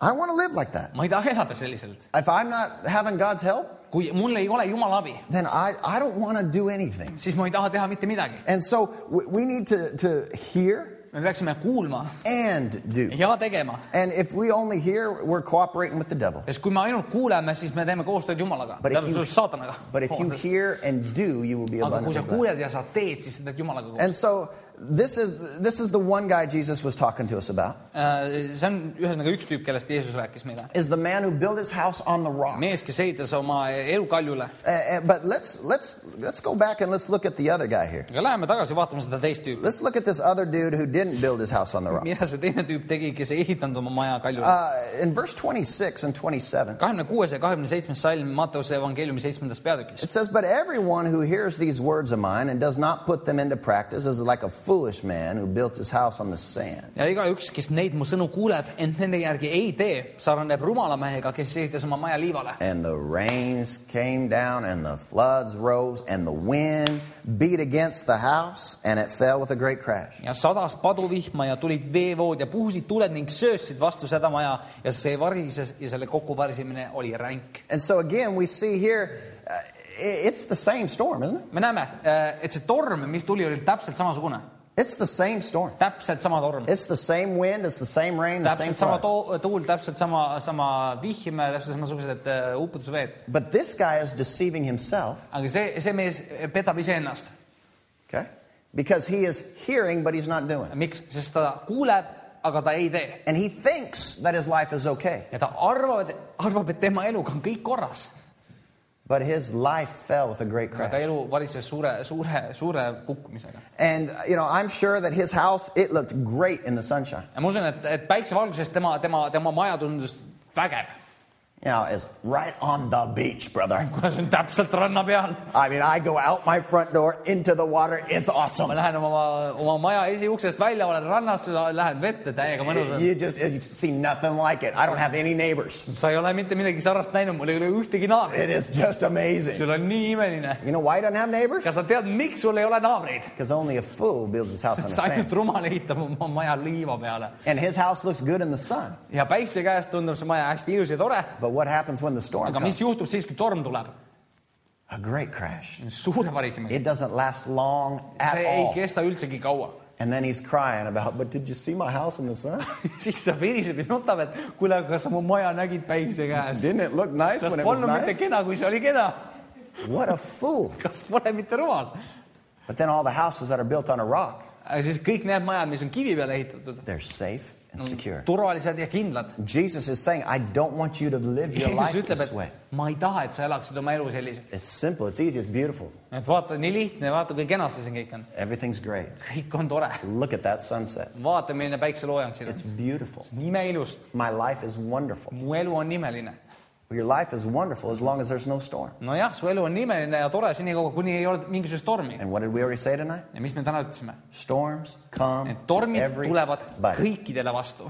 A: I don't want to live like that.
B: ma ei taha elada selliselt ,
A: If I'm not having God's help,
B: kui mul ei ole Jumala abi ,
A: then I, I don't want to do anything.
B: siis ma ei taha teha mitte midagi .
A: And so we, we need to, to hear
B: me peaksime kuulma
A: and do.
B: ja tegema ,
A: And if we only hear, we're cooperating with the devil.
B: sest kui me ainult kuuleme , siis me teeme koostööd Jumalaga ,
A: But if you-
B: tähendab saatanaga .
A: But if you hear and do, you will be
B: aga kui sa
A: abundantly blessed.
B: kuuled ja sa teed , siis sa teed Jumalaga koostööd .
A: And so this is this is the one guy Jesus was talking to us about
B: Äh, see on ühesõnaga üks tüüp , kellest Jeesus rääkis meile .
A: is the man who built his house on the rock.
B: mees , kes ehitas oma elu kaljule .
A: Uh, uh, but let's let's let's go back and let's look at the other guy here.
B: aga läheme tagasi vaatame seda teist tüüpi .
A: Let's look at this other dude who didn't build his house on the rock.
B: mida see teine tüüp tegi , kes ei ehitanud oma maja kaljule ?
A: Uh, in verse 26 and 27,
B: kahekümne kuues ja kahekümne seitsmes salm Matteuse evangeeliumi seitsmendas peatükis
A: it . says, "But everyone who hears these words of mine and does not put them into practice is like a foolish man who built his house on the sand."
B: ja igaüks , kes neid mu sõnu kuuleb , ent nende järgi ei tee , sarnaneb rumala mehega , kes ehitas oma maja liivale .
A: And the rains came down, and the floods rose, and the wind beat against the house, and it fell with a great crash.
B: ja sadas paduvihma ja tulid veevood ja puhusid tuled ning söössid vastu seda maja ja see varises ja selle kokkuvarisemine oli ränk .
A: And so again, we see here, uh, i- it's the same storm, isn't it?
B: me näeme , et see torm , mis tuli , oli täpselt samasugune ,
A: It's the same storm.
B: täpselt sama torm .
A: It's the same wind. It's the same rain. The same
B: täpselt sama
A: flood.
B: to- tuul , täpselt sama , sama vihm , täpselt samasugused äh, uputusveed .
A: But this guy is deceiving himself,
B: aga see , see mees petab iseennast .
A: okay? Because he is hearing, but he's not doing.
B: miks ? sest ta kuuleb , aga ta ei tee .
A: And he thinks that his life is okay,
B: ja ta arvab , arvab , et tema eluga on kõik korras .
A: but his life fell with a great
B: aga
A: crash.
B: elu varises suure , suure , suure kukkumisega .
A: And uh, you know, I'm sure that his house it looked great in the sunshine.
B: ja ma usun , et , et päiksevalguses tema , tema , tema maja tundus vägev .
A: You know, it's right on the beach, brother.
B: kuna see on täpselt ranna peal .
A: I mean, I go out my front door into the water. It's
B: ma
A: awesome.
B: lähen oma , oma maja esiuksest välja , olen rannas , lähen vette täiega mõnus on .
A: You just you see nothing like it. I don't have any neighbors.
B: sa ei ole mitte midagi sarnast näinud , mul ei ole ühtegi naabrit .
A: It is just amazing.
B: sul on nii imeline .
A: You know why he doesn't have neighbors?
B: kas sa tead , miks sul ei ole naabreid ?
A: Because only a fool builds his house on the
B: sest ainult
A: sand.
B: rumal ehitab oma maja liiva peale
A: And his house looks good in the sun.
B: ja päikse käes tundub see maja hästi ilus ja tore ,
A: But what happens when the storm
B: aga mis
A: comes?
B: juhtub siis , kui torm tuleb ?
A: A great crash.
B: suure varisemine .
A: It doesn't last long at
B: see ei
A: all.
B: kesta üldsegi kaua . *laughs*
A: And then he's crying about, but did you see my house in the sun?
B: siis ta viriseb ja nutab , et kuule , aga kas sa mu maja nägid päikse käes ?
A: *laughs* Didn't it look nice
B: kas
A: when it was
B: polnud mitte
A: nice?
B: kena , kui see oli kena ?
A: What a fool.
B: kas pole mitte rumal ?
A: But then all the houses that are built on a rock,
B: aga siis kõik need majad , mis on kivi peale ehitatud ,
A: They're safe and secure.
B: turvalised ja kindlad .
A: Jesus is saying, I don't want you to live your life
B: Jeesus ütleb ,
A: this way.
B: et ma ei taha , et sa elaksid oma elu selliselt .
A: It's simple, it's easy, it's beautiful.
B: et vaata , nii lihtne , vaata kui kena see siin kõik on .
A: Everything's great.
B: kõik on tore .
A: Look at that sunset.
B: vaata , milline päikseloojang siin on
A: It's . beautiful.
B: imeilus ,
A: My life is wonderful.
B: mu elu on imeline .
A: Your life is wonderful as long as there's no storm.
B: nojah , su elu on imeline ja tore senikaua , kuni ei ole mingisugust tormi .
A: And what did we already say tonight?
B: ja mis me täna ütlesime ?
A: Storms come
B: Need
A: to
B: tormid tulevad
A: everybody.
B: kõikidele vastu .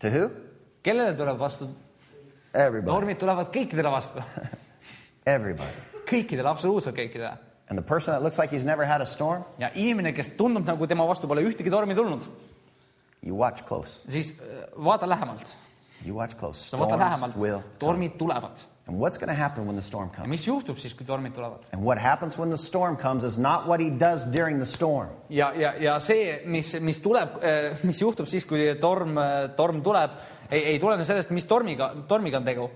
A: To who?
B: kellele tuleb vastu ?
A: Everybody.
B: tormid tulevad kõikidele vastu .
A: Everybody.
B: kõikidele , absoluutselt kõikidele .
A: And the person that looks like he's never had a storm,
B: ja inimene , kes tundub nagu tema vastu pole ühtegi tormi tulnud ,
A: you watch close.
B: siis äh, vaata lähemalt .
A: You watch close.
B: sa vaata
A: Storms
B: lähemalt
A: will. ,
B: tormid tulevad .
A: And what's going to happen when the storm comes?
B: ja mis juhtub siis , kui tormid tulevad ?
A: And what happens when the storm comes is not what he does during the storm.
B: ja , ja , ja see , mis , mis tuleb , mis juhtub siis , kui torm , torm tuleb , ei , ei tulene sellest , mis tormiga , tormiga on tegu ,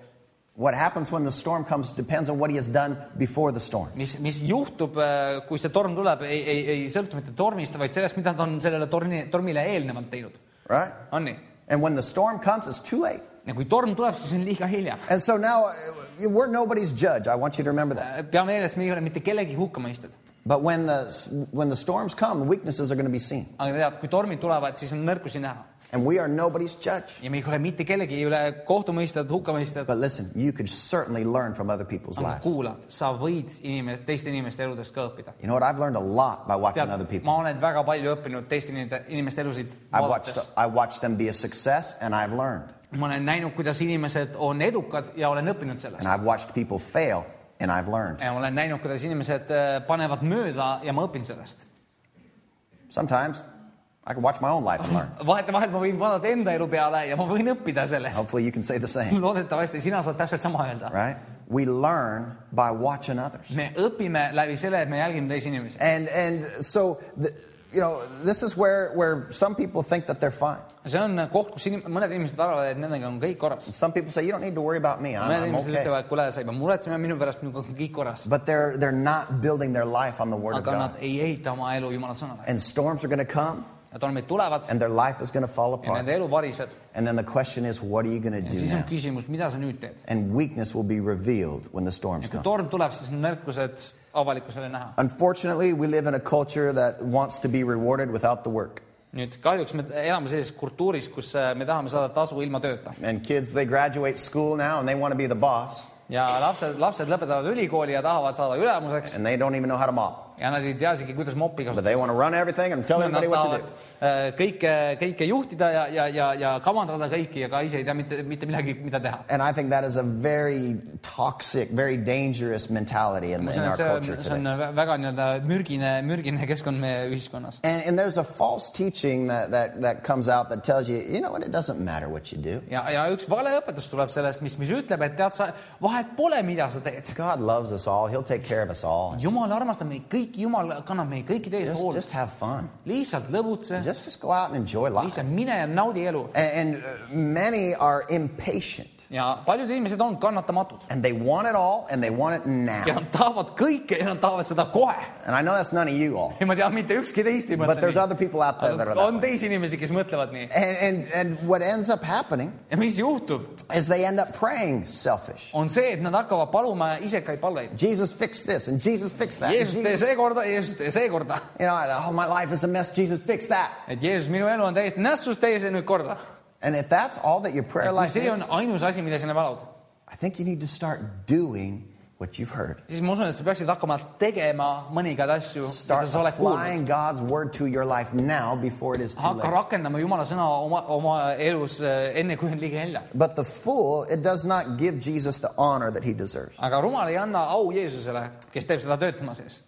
A: What happens when the storm comes depends on what he has done before the storm.
B: mis , mis juhtub , kui see torm tuleb , ei , ei , ei sõltu mitte tormist , vaid sellest , mida ta on sellele tormi , tormile eelnevalt teinud .
A: Right?
B: on nii ?
A: And when the storm comes, it's too late.
B: ja kui torm tuleb , siis on liiga hilja .
A: And so now uh, we're nobody's judge. I want you to remember that.
B: peame Äh, meeles , me ei ole mitte kellegi hukka mõistnud ,
A: But when the, when the storms come, weaknesses are going to be seen.
B: aga tead , kui tormid tulevad , siis on nõrkusi näha
A: And we are nobody's judge.
B: ja me ei ole mitte kellegi üle kohtumõistjad , hukkamõistjad .
A: But listen, you could certainly learn from other people's
B: aga
A: lives.
B: kuula , sa võid inimest , teiste inimeste eludest ka õppida .
A: You know what? I've learned a lot by watching other
B: tead ,
A: people.
B: ma olen väga palju õppinud teiste inimeste , inimeste elusid
A: I've watched,
B: vaadates .
A: I watched them be a success, and I've learned.
B: ma olen näinud , kuidas inimesed on edukad ja olen õppinud
A: And
B: sellest .
A: I've watched people fail, and I've learned.
B: ja ma olen näinud , kuidas inimesed äh, panevad mööda ja ma õpin sellest .
A: Sometimes I can watch my own life and learn.
B: vahetevahel ma võin vaadata enda elu peale ja ma võin õppida sellest .
A: Hopefully, you can say the same,
B: loodetavasti sina saad täpselt sama öelda .
A: right? We learn by watching others.
B: me õpime läbi selle , et me jälgime teisi inimesi .
A: And, and so, the, you know, this is where, where some people think that they're fine.
B: see on koht , kus inim- , mõned inimesed arvavad , et nendega on kõik korras .
A: Some people say, you don't need to worry about me, I'm,
B: mõned
A: I'm
B: inimesed
A: okay.
B: ütlevad , kuule , sa ei pea muretsema minu pärast , minuga on kõik korras .
A: But they're, they're not building their life on the Word of
B: aga nad
A: God.
B: ei ehita oma elu jumala sõnale .
A: And storms are going to come,
B: Nad on , meid tulevad
A: and their life is going to fall
B: ja
A: apart.
B: nende elu variseb
A: And then the question is, what are you going to
B: ja
A: do
B: siis on
A: now?
B: küsimus , mida sa nüüd teed ?
A: And weakness will be revealed when the storms
B: kui
A: come.
B: torm tuleb , siis on nõrkused avalikkusele näha .
A: Unfortunately, we live in a culture that wants to be rewarded without the work.
B: nüüd kahjuks me elame sellises kultuuris , kus äh, me tahame saada tasu ilma tööta
A: And kids, they graduate school now and they want to be the boss
B: ja lapsed , lapsed lõpetavad ülikooli ja tahavad saada ülemuseks
A: and they don't even know how to mop.
B: ja nad ei tea isegi , kuidas moppi
A: But
B: kasutada .
A: they want to run everything and tell
B: Nad
A: everybody what to
B: tahavad
A: do.
B: äh, kõike , kõike juhtida ja , ja , ja , ja kavandada kõiki , aga ise ei tea mitte , mitte midagi , mida teha .
A: And I think that is a very toxic, very dangerous mentality in, in
B: see on ,
A: our culture
B: see
A: today.
B: on vä- väga nii-öelda mürgine , mürgine keskkond meie ühiskonnas .
A: And, and there's a false teaching that, that, that comes out that tells you, you know what, it doesn't matter what you do.
B: ja , ja üks valeõpetus tuleb sellest , mis , mis ütleb , et tead sa , vahet pole , mida sa teed .
A: God loves us all. He'll take care of us all.
B: jumal armastab meid kõiki , Jumal kannab meie kõikide eest
A: Just,
B: hoolt
A: just have fun.
B: lihtsalt lõbutse ,
A: Just, just go out and enjoy life.
B: lihtsalt mine ja naudi elu .
A: And, and uh, many are impatient.
B: ja paljud inimesed on kannatamatud
A: And they want it all, and they want it
B: ja
A: now.
B: nad tahavad kõike ja nad tahavad seda kohe .
A: And I know that's none of you all.
B: ei , ma tean , mitte ükski teist ei
A: But
B: mõtle
A: there's other
B: nii .
A: people out there that are
B: aga
A: that
B: on
A: way.
B: teisi inimesi , kes mõtlevad nii .
A: And, and, and what ends up happening
B: ja mis juhtub ,
A: is they end up praying selfish.
B: on see , et nad hakkavad paluma isekaid palveid .
A: Jesus, fix this, and Jesus, fix that. and
B: Jeesus , tee
A: Jesus,
B: seekorda , Jeesus , tee seekorda .
A: you know, and, oh, my life is a mess. Jesus, fix that.
B: et Jeesus , minu elu on täiesti nässus , tee see nüüd korda .
A: And if that's all that your prayer
B: kui
A: life
B: see
A: is,
B: on ainus asi , mida sina palud ,
A: I think you need to start doing what you've heard.
B: siis ma usun , et sa peaksid hakkama tegema mõningaid asju , mida
A: Start
B: sa oled kuulnud .
A: applying God's word to your life now before it is too
B: hakka
A: late.
B: rakendama Jumala sõna oma , oma elus eh, enne , kui on liiga hilja .
A: But the fool, it does not give Jesus the honor that he deserves.
B: aga rumal ei anna au Jeesusele , kes teeb seda töötama sees .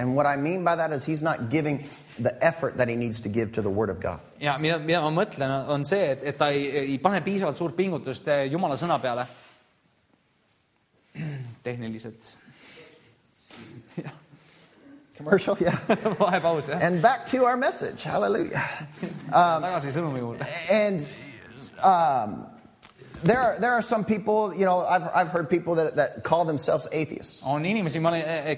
A: And what I mean by that is he's not giving the effort that he needs to give to the word of God.
B: ja mida , mida ma mõtlen , on see , et , et ta ei, ei pane piisavalt suurt pingutust eh, Jumala sõna peale . *clears throat* tehniliselt *laughs*
A: Commercial, *laughs* yeah.
B: vahepaus jah ,
A: And back to our message. Hallelujah.
B: tagasi sõnumi juurde .
A: And um, There are, there are some people, you know, I've, I've heard people that, that call themselves atheists.
B: on inimesi ,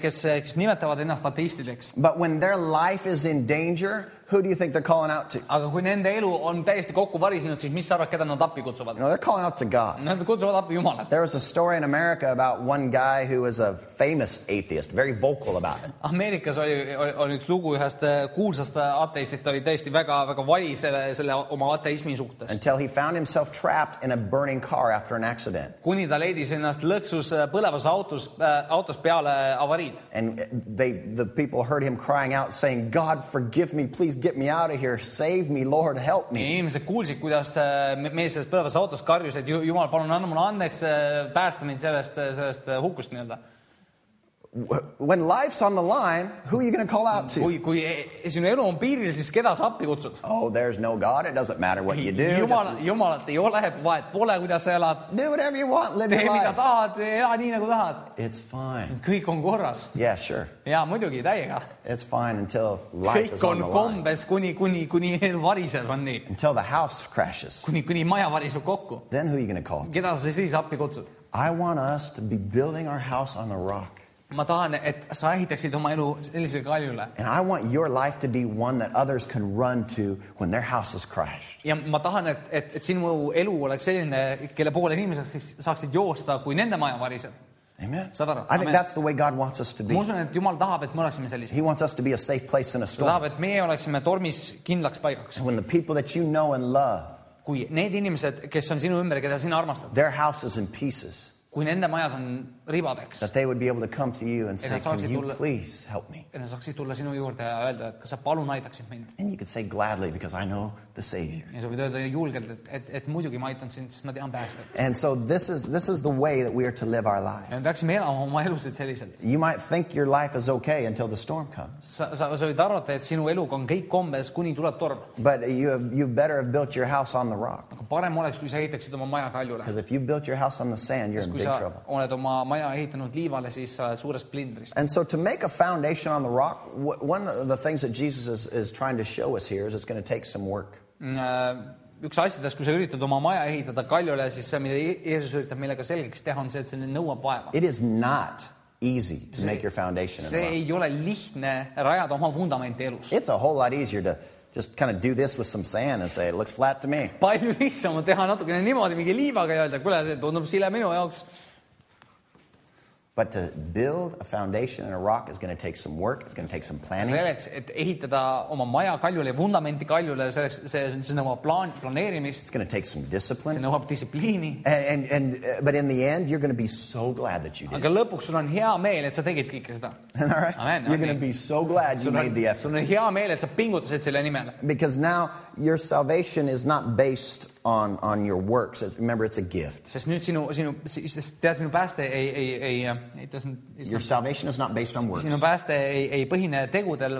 B: kes , kes nimetavad ennast ateistideks ,
A: But when their life is in danger, who do you think they're calling out to? You
B: aga kui nende elu on täiesti kokku varisenud , siis mis sa arvad , keda nad appi kutsuvad ?
A: know, they're calling out to God.
B: Nad kutsuvad appi Jumalat .
A: There was a story in America about one guy who was a famous atheist, very vocal about it.
B: Ameerikas oli, oli , oli üks lugu ühest äh, kuulsast äh, ateistist , ta oli tõesti väga-väga vali selle , selle oma ateismi suhtes .
A: until he found himself trapped in a burning car after an accident.
B: kuni ta leidis ennast lõksus äh, põlevas autos , autos peale avariid
A: And they, the people heard him crying out, saying, God, forgive me. Please get me out of here. Save me, Lord, help
B: ja
A: me.
B: inimesed kuulsid , kuidas äh, me- mees selles põlevas autos karjus , et ju- jumal , palun anna mulle andeks , päästa mind sellest , sellest äh, hukust nii-öelda .
A: When life's on the line, who are you going to call out to?
B: kui , kui e- sinu elu on piiril , siis keda sa appi kutsud ?
A: Oh, there's no God. It doesn't matter what you do.
B: jumal , jumalat ei ole , vahet pole , kuidas sa elad ,
A: Just do whatever you want. Live
B: tee
A: your
B: mida
A: life.
B: tahad , ela nii nagu tahad ,
A: It's fine.
B: kõik on korras
A: Yeah, sure.
B: ja muidugi täiega ,
A: It's fine until life is
B: kõik
A: on
B: on
A: the line.
B: kombes , kuni , kuni , kuni *laughs* elu variseb , on nii ,
A: Until the house crashes.
B: kuni , kuni maja variseb kokku ,
A: Then who are you going to call?
B: keda sa siis appi kutsud ?
A: I want us to be building our house on the rock.
B: ma tahan , et sa ehitaksid oma elu sellise kaljule
A: And I want your life to be one that others can run to when their house is crashed.
B: ja ma tahan , et , et , et sinu elu oleks selline , kelle poole inimesed siis saaksid joosta , kui nende maja variseb .
A: Amen.
B: Sabaro.
A: I think
B: Amen.
A: that's the way God wants us to be.
B: ma usun , et jumal tahab , et me oleksime sellised .
A: He wants us to be a safe place in a
B: ta
A: storm.
B: tahab , et meie oleksime tormis kindlaks paigaks
A: So . when the people that you know and love,
B: kui need inimesed , kes on sinu ümber , keda sina armastad ,
A: their house is in pieces,
B: kui nende majad on ribadeks ,
A: that they would be able to come to you and say,
B: that's how
A: Can
B: she
A: you
B: told-
A: please help me?
B: et nad saaksid tulla sinu juurde ja öelda , et kas sa palun aitaksid mind .
A: And you could say gladly because I know the Savior.
B: ja sa võid öelda julgelt , et , et , et muidugi ma aitan sind , sest ma tean päästjat .
A: And so this is this is the way that we are to live our life.
B: ja me peaksime elama oma elusid selliselt .
A: You might think your life is okay until the storm comes.
B: sa , sa , sa võid arvata , et sinu eluga on kõik kombes , kuni tuleb torm .
A: But you have, you better have built your house on the rock.
B: aga parem oleks , kui sa ehitaksid oma maja kaljule .
A: Because if you built your house on the sand, you're in
B: kui
A: big
B: sa
A: trouble.
B: oled oma maja ehitanud liivale , siis sa oled suures plindris .
A: And so, to make a foundation on the rock, wh- one of the things that Jesus is, is trying to show us here is it's going to take some work.
B: Mm, äh, üks asjadest , kui sa üritad oma maja ehitada kaljule , siis see , mida Je- Jeesus üritab meile ka selgeks teha , on see , et see nõuab vaeva .
A: It is not easy to make your foundation in
B: see
A: the rock.
B: ei ole lihtne rajada oma vundamenti elus .
A: It's a whole lot easier to just kind of do this with some sand and say, it looks flat to me.
B: palju lihtsam on teha natukene niimoodi mingi liivaga ja öelda , kuule , see tundub sile minu jaoks .
A: But to build a foundation in a rock is going to take some work, it's going to take some planning.
B: selleks , et ehitada oma maja kaljule , vundamenti kaljule , selleks , see , see nõuab plaan , planeerimist ,
A: It's going to take some
B: see
A: discipline.
B: nõuab distsipliini .
A: And, and, and, uh, but in the end, you're going to be so glad that you did.
B: aga lõpuks sul on hea meel , et sa tegid kõike seda
A: *laughs* All right?
B: Amen.
A: You're going to be so glad you
B: sul
A: made the
B: on ,
A: effort.
B: sul on hea meel , et sa pingutasid selle nimel ,
A: Because now your salvation is not based on, on your works. It's- remember, it's a gift.
B: sest nüüd sinu , sinu , sest tea , sinu pääste ei , ei , ei , ei ,
A: Your salvation is not based on works.
B: sinu pääste ei , ei põhine tegudel ,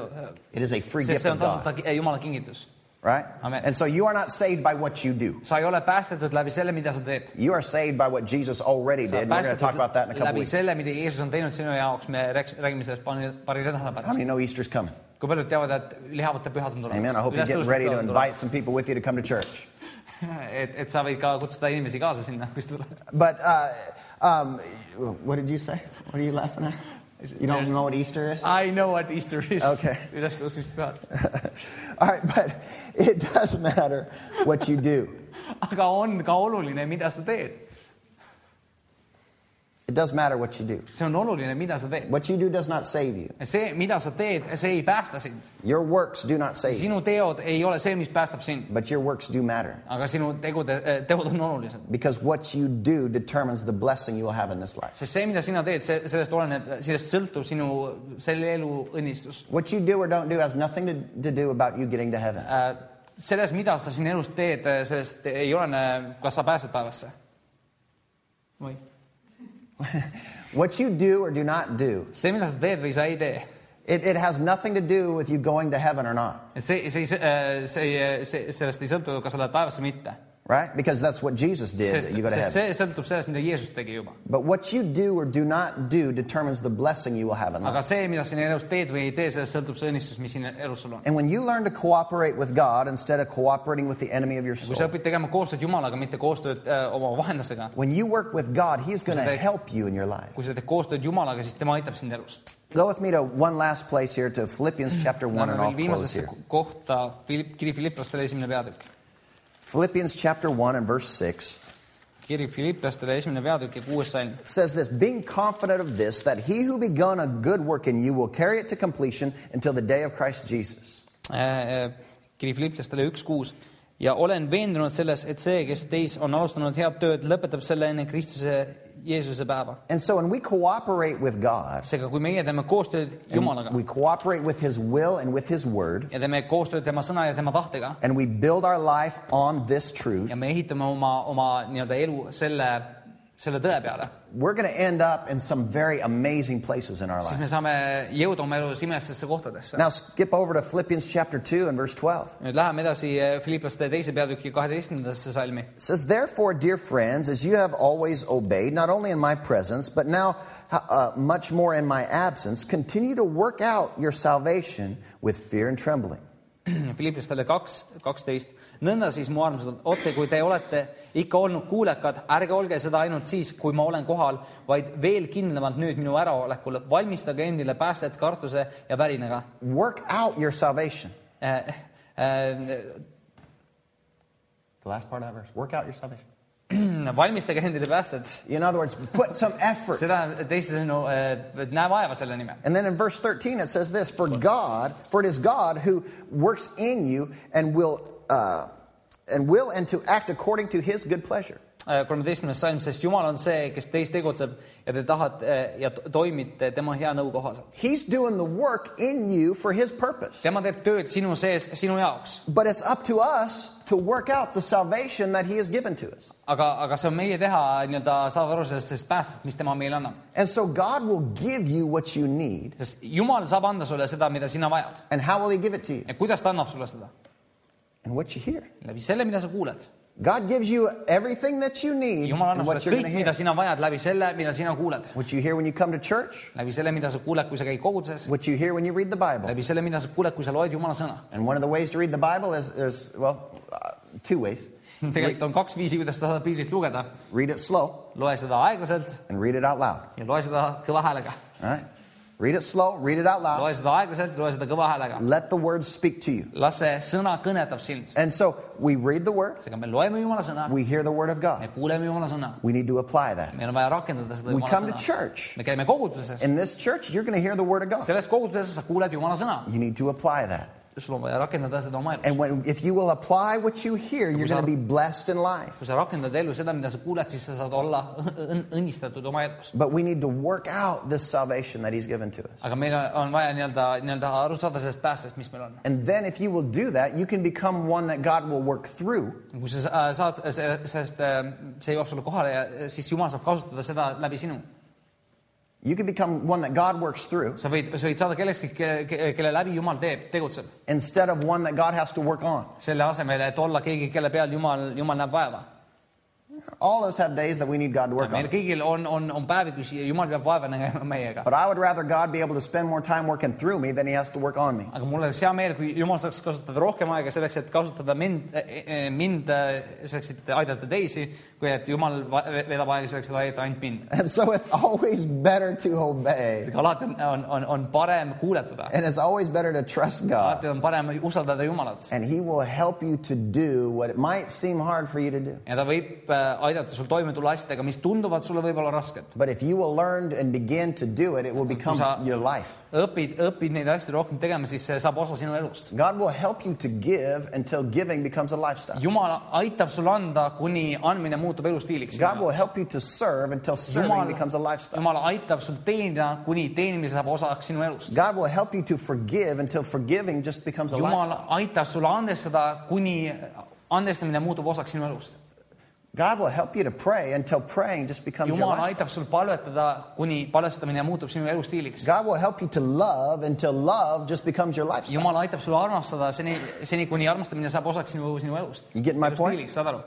A: It is a free gift
B: sest see
A: of
B: on
A: God.
B: tasuta ki- Jumala kingitus .
A: Right?
B: Amen.
A: And so you are not saved by what you do.
B: sa ei ole päästetud läbi selle , mida sa teed .
A: You are saved by what Jesus already did.
B: sa
A: And we're going to talk about that in a couple
B: läbi
A: weeks.
B: selle , mida Jeesus on teinud sinu jaoks , me rääkis- räägime sellest paari , paari nädala
A: How
B: pärast
A: many . know Easter's coming?
B: kui paljud teavad , et lihavate pühad on
A: Amen. I hope you're getting ready to invite some people with you to come to church.
B: et , et sa võid ka kutsuda inimesi kaasa sinna , kui sa tuled .
A: But uh, um, what did you say? What are you laughing at? You don't
B: there's-
A: know what Easter is?
B: I know what Easter is
A: *laughs* Okay. .
B: ülestõusmispühad .
A: All right, but *laughs* it does matter what you do.
B: aga on ka oluline , mida sa teed .
A: It does matter what you do.
B: see on oluline , mida sa teed .
A: What you do does not save you.
B: see , mida sa teed , see ei päästa sind .
A: Your works do not save you,
B: sinu teod ei ole see , mis päästab sind ,
A: but your works do matter
B: aga sinu tegude , teod on olulised .
A: because what you do determines the blessing you will have in this life.
B: sest see , mida sina teed , see , sellest oleneb , sellest sõltub sinu selle elu õnnistus .
A: What you do or don't do has nothing to, to do about you getting to heaven.
B: Äh, selles , mida sa siin elus teed , sellest ei olene , kas sa pääsed taevasse . või ?
A: What you do or do not do,
B: see , mida sa teed või sa ei tee ,
A: it, it has nothing to do with you going to heaven or not.
B: äh, see , see , see , see , see , sellest ei sõltu , kas sa lähed taevasse või mitte
A: right? Because that's what Jesus did.
B: sest
A: that you go to
B: sest
A: heaven.
B: see sõltub sellest , mida Jeesus tegi juba .
A: But what you do or do not do determines the blessing you will have in life.
B: aga see , mida sina elus teed või ei tee , sellest sõltub see õnnistus , mis siin elus sul on .
A: And when you learn to cooperate with God instead of cooperating with the enemy of your
B: kui sa
A: soul,
B: õpid tegema koostööd Jumalaga , mitte koostööd äh, oma vaenlasega ,
A: when you work with God, He's going to
B: Exactly.
A: help you in your life.
B: kui sa teed koostööd Jumalaga , siis tema aitab sind elus .
A: Go with me to one last place here to Philippians chapter 1
B: Lähme
A: and I'll
B: veel
A: close
B: viimasesse
A: here.
B: kohta , Philipp , kiri Filiplastele esimene peatükk .
A: Philippians chapter 1 and verse 6
B: kiri Filiplastele esimene peatükk ja kuues salm .
A: says this Being confident of this, that he who begun a good work in you will carry it to completion until the day of Christ Jesus.
B: kiri Filiplastele Äh, üks kuus ja olen veendunud selles , et see , kes teis on alustanud head tööd , lõpetab selle enne Kristuse Jeesuse päeva .
A: And so when we cooperate with God,
B: seega , kui meie teeme koostööd Jumalaga
A: we cooperate with his will and with his word,
B: ja teeme koostööd tema sõna ja tema tahtega
A: and we build our life on this truth,
B: ja me ehitame oma , oma nii-öelda elu selle , selle tõe peale ,
A: we're going to end up in some very amazing places in our
B: siis
A: life.
B: me saame jõuda oma elus imestesse kohtadesse .
A: Now skip over to Philippians chapter 2 and verse 12.
B: nüüd läheme edasi Filipaste teise peatüki kaheteistkümnendasse salmi .
A: It says, Therefore, dear friends, as you have always obeyed, not only in my presence, but now uh, much more in my absence, continue to work out your salvation with fear and trembling.
B: Filippistele kaks , kaksteist . nõnda siis , mu armsad , otse kui te olete ikka olnud kuulekad , ärge olge seda ainult siis , kui ma olen kohal , vaid veel kindlamalt nüüd minu äraolekul . valmistage endile päästet kartuse ja Äh, pärinaga .
A: Work out your salvation. The last part of that verse. Work out your salvation.
B: *clears throat* valmistage endile päästet ,
A: In other words, put some effort.
B: see tähendab teisisõnu , näe vaeva selle nimel .
A: And then in verse 13, it says this For God, for it is God who works in you and will, uh, and will and to act according to his good pleasure.
B: Äh, kolmeteistkümnes salm , sest Jumal on see , kes teis tegutseb ja te tahate eh, ja to- toimite tema hea nõu kohaselt .
A: He's doing the work in you for his purpose.
B: tema teeb tööd sinu sees , sinu jaoks .
A: But it's up to us to work out the salvation that He has given to us.
B: aga , aga see on meie teha nii-öelda saada aru sellest , sellest päästest , mis tema meile annab .
A: And so God will give you what you need.
B: sest Jumal saab anda sulle seda , mida sina vajad .
A: And how will He give it to you?
B: ja kuidas ta annab sulle seda ?
A: And what you hear.
B: läbi selle , mida sa kuuled .
A: God gives you everything that you need
B: Jumal
A: and
B: annab
A: what
B: sulle
A: you're going to ,
B: kõik mida
A: hear.
B: sina vajad läbi selle , mida sina kuuled .
A: What you hear when you come to church,
B: läbi selle , mida sa kuuled , kui sa käid koguduses ,
A: what you hear when you read the Bible.
B: läbi selle , mida sa kuuled , kui sa loed Jumala sõna . *laughs*
A: And one of the ways to read the Bible is, is well, uh, two ways
B: tegelikult on kaks viisi , kuidas sa saad piiblit lugeda .
A: read it slow
B: loe seda aeglaselt
A: and read it out loud.
B: ja loe seda kõva häälega .
A: All right? Read it slow, read it out loud.
B: loe seda aeglaselt , loe seda kõva häälega .
A: Let the words speak to you.
B: las see sõna kõnetab sind .
A: And so we read the word,
B: seega me loeme Jumala sõna ,
A: we hear the word of
B: me
A: God.
B: kuuleme Jumala sõna .
A: We need to apply that.
B: meil on vaja rakendada seda
A: We come
B: Jumala
A: to
B: sõna .
A: church.
B: me käime koguduses ,
A: In this church, you're going to hear the word of God.
B: selles koguduses sa kuuled Jumala sõna .
A: You need to apply that.
B: sul on vaja rakendada seda oma elus .
A: And when, if you will apply what you hear, you're going to be blessed in life.
B: kui sa rakendad ellu seda , mida sa kuuled , siis sa saad olla õn- õnnistatud oma elus .
A: But we need to work out this salvation that He's given to us.
B: aga meil on vaja nii-öelda , nii-öelda aru saada sellest päästest , mis meil on .
A: And then, if you will do that, you can become one that God will work through
B: kui sa sa- saad , sest äh, see jõuab sulle kohale ja siis Jumal saab kasutada seda läbi sinu .
A: you can become one that God works through
B: sa võid , sa võid saada kellestki , kelle läbi Jumal teeb , tegutseb .
A: instead of one that God has to work on.
B: selle asemel , et olla keegi , kelle peal Jumal , Jumal näeb vaeva .
A: All of us have days that we need God to work
B: meil
A: on.
B: kõigil on , on , on päevi , kus Jumal peab vaeva nägema meiega .
A: But I would rather God be able to spend more time working through me than He has to work on me.
B: aga mul oleks hea meel , kui Jumal saaks kasutada rohkem aega selleks , et kasutada mind , mind eh, selleks , et aidata teisi , kui et Jumal va- veedab aega selleks , et aidata ainult mind .
A: And so, it's *laughs* always better to obey,
B: seega alati on , on, on , on parem kuuletada ,
A: and it's always better to trust God.
B: alati on parem usaldada Jumalat
A: and he will help you to do what it might seem hard for you to do.
B: ja ta võib eh, aidata sul toime tulla asjadega , mis tunduvad sulle võib-olla rasked .
A: But if you will learn and begin to do it, it will become
B: Sa-
A: your life.
B: õpid , õpid neid asju rohkem tegema , siis see saab osa sinu elust .
A: God will help you to give until giving becomes a lifestyle.
B: Jumal aitab sul anda , kuni andmine muutub elustiiliks .
A: God will help you to serve until serving
B: Jumal ,
A: becomes a lifestyle.
B: Jumal aitab sul teenida , kuni teenimine saab osaks sinu elust .
A: God will help you to forgive until forgiving just becomes a
B: Jumal
A: lifestyle.
B: aitab sulle andestada , kuni andestamine muutub osaks sinu elust .
A: God will help you to pray until praying just becomes your
B: Jumal
A: lifestyle.
B: aitab sul palvetada , kuni palvetamine muutub sinu elustiiliks .
A: God will help you to love until love just becomes your lifestyle.
B: Jumal aitab sul armastada seni , seni , kuni armastamine saab osaks sinu , sinu elust .
A: You get my point?
B: saad aru ?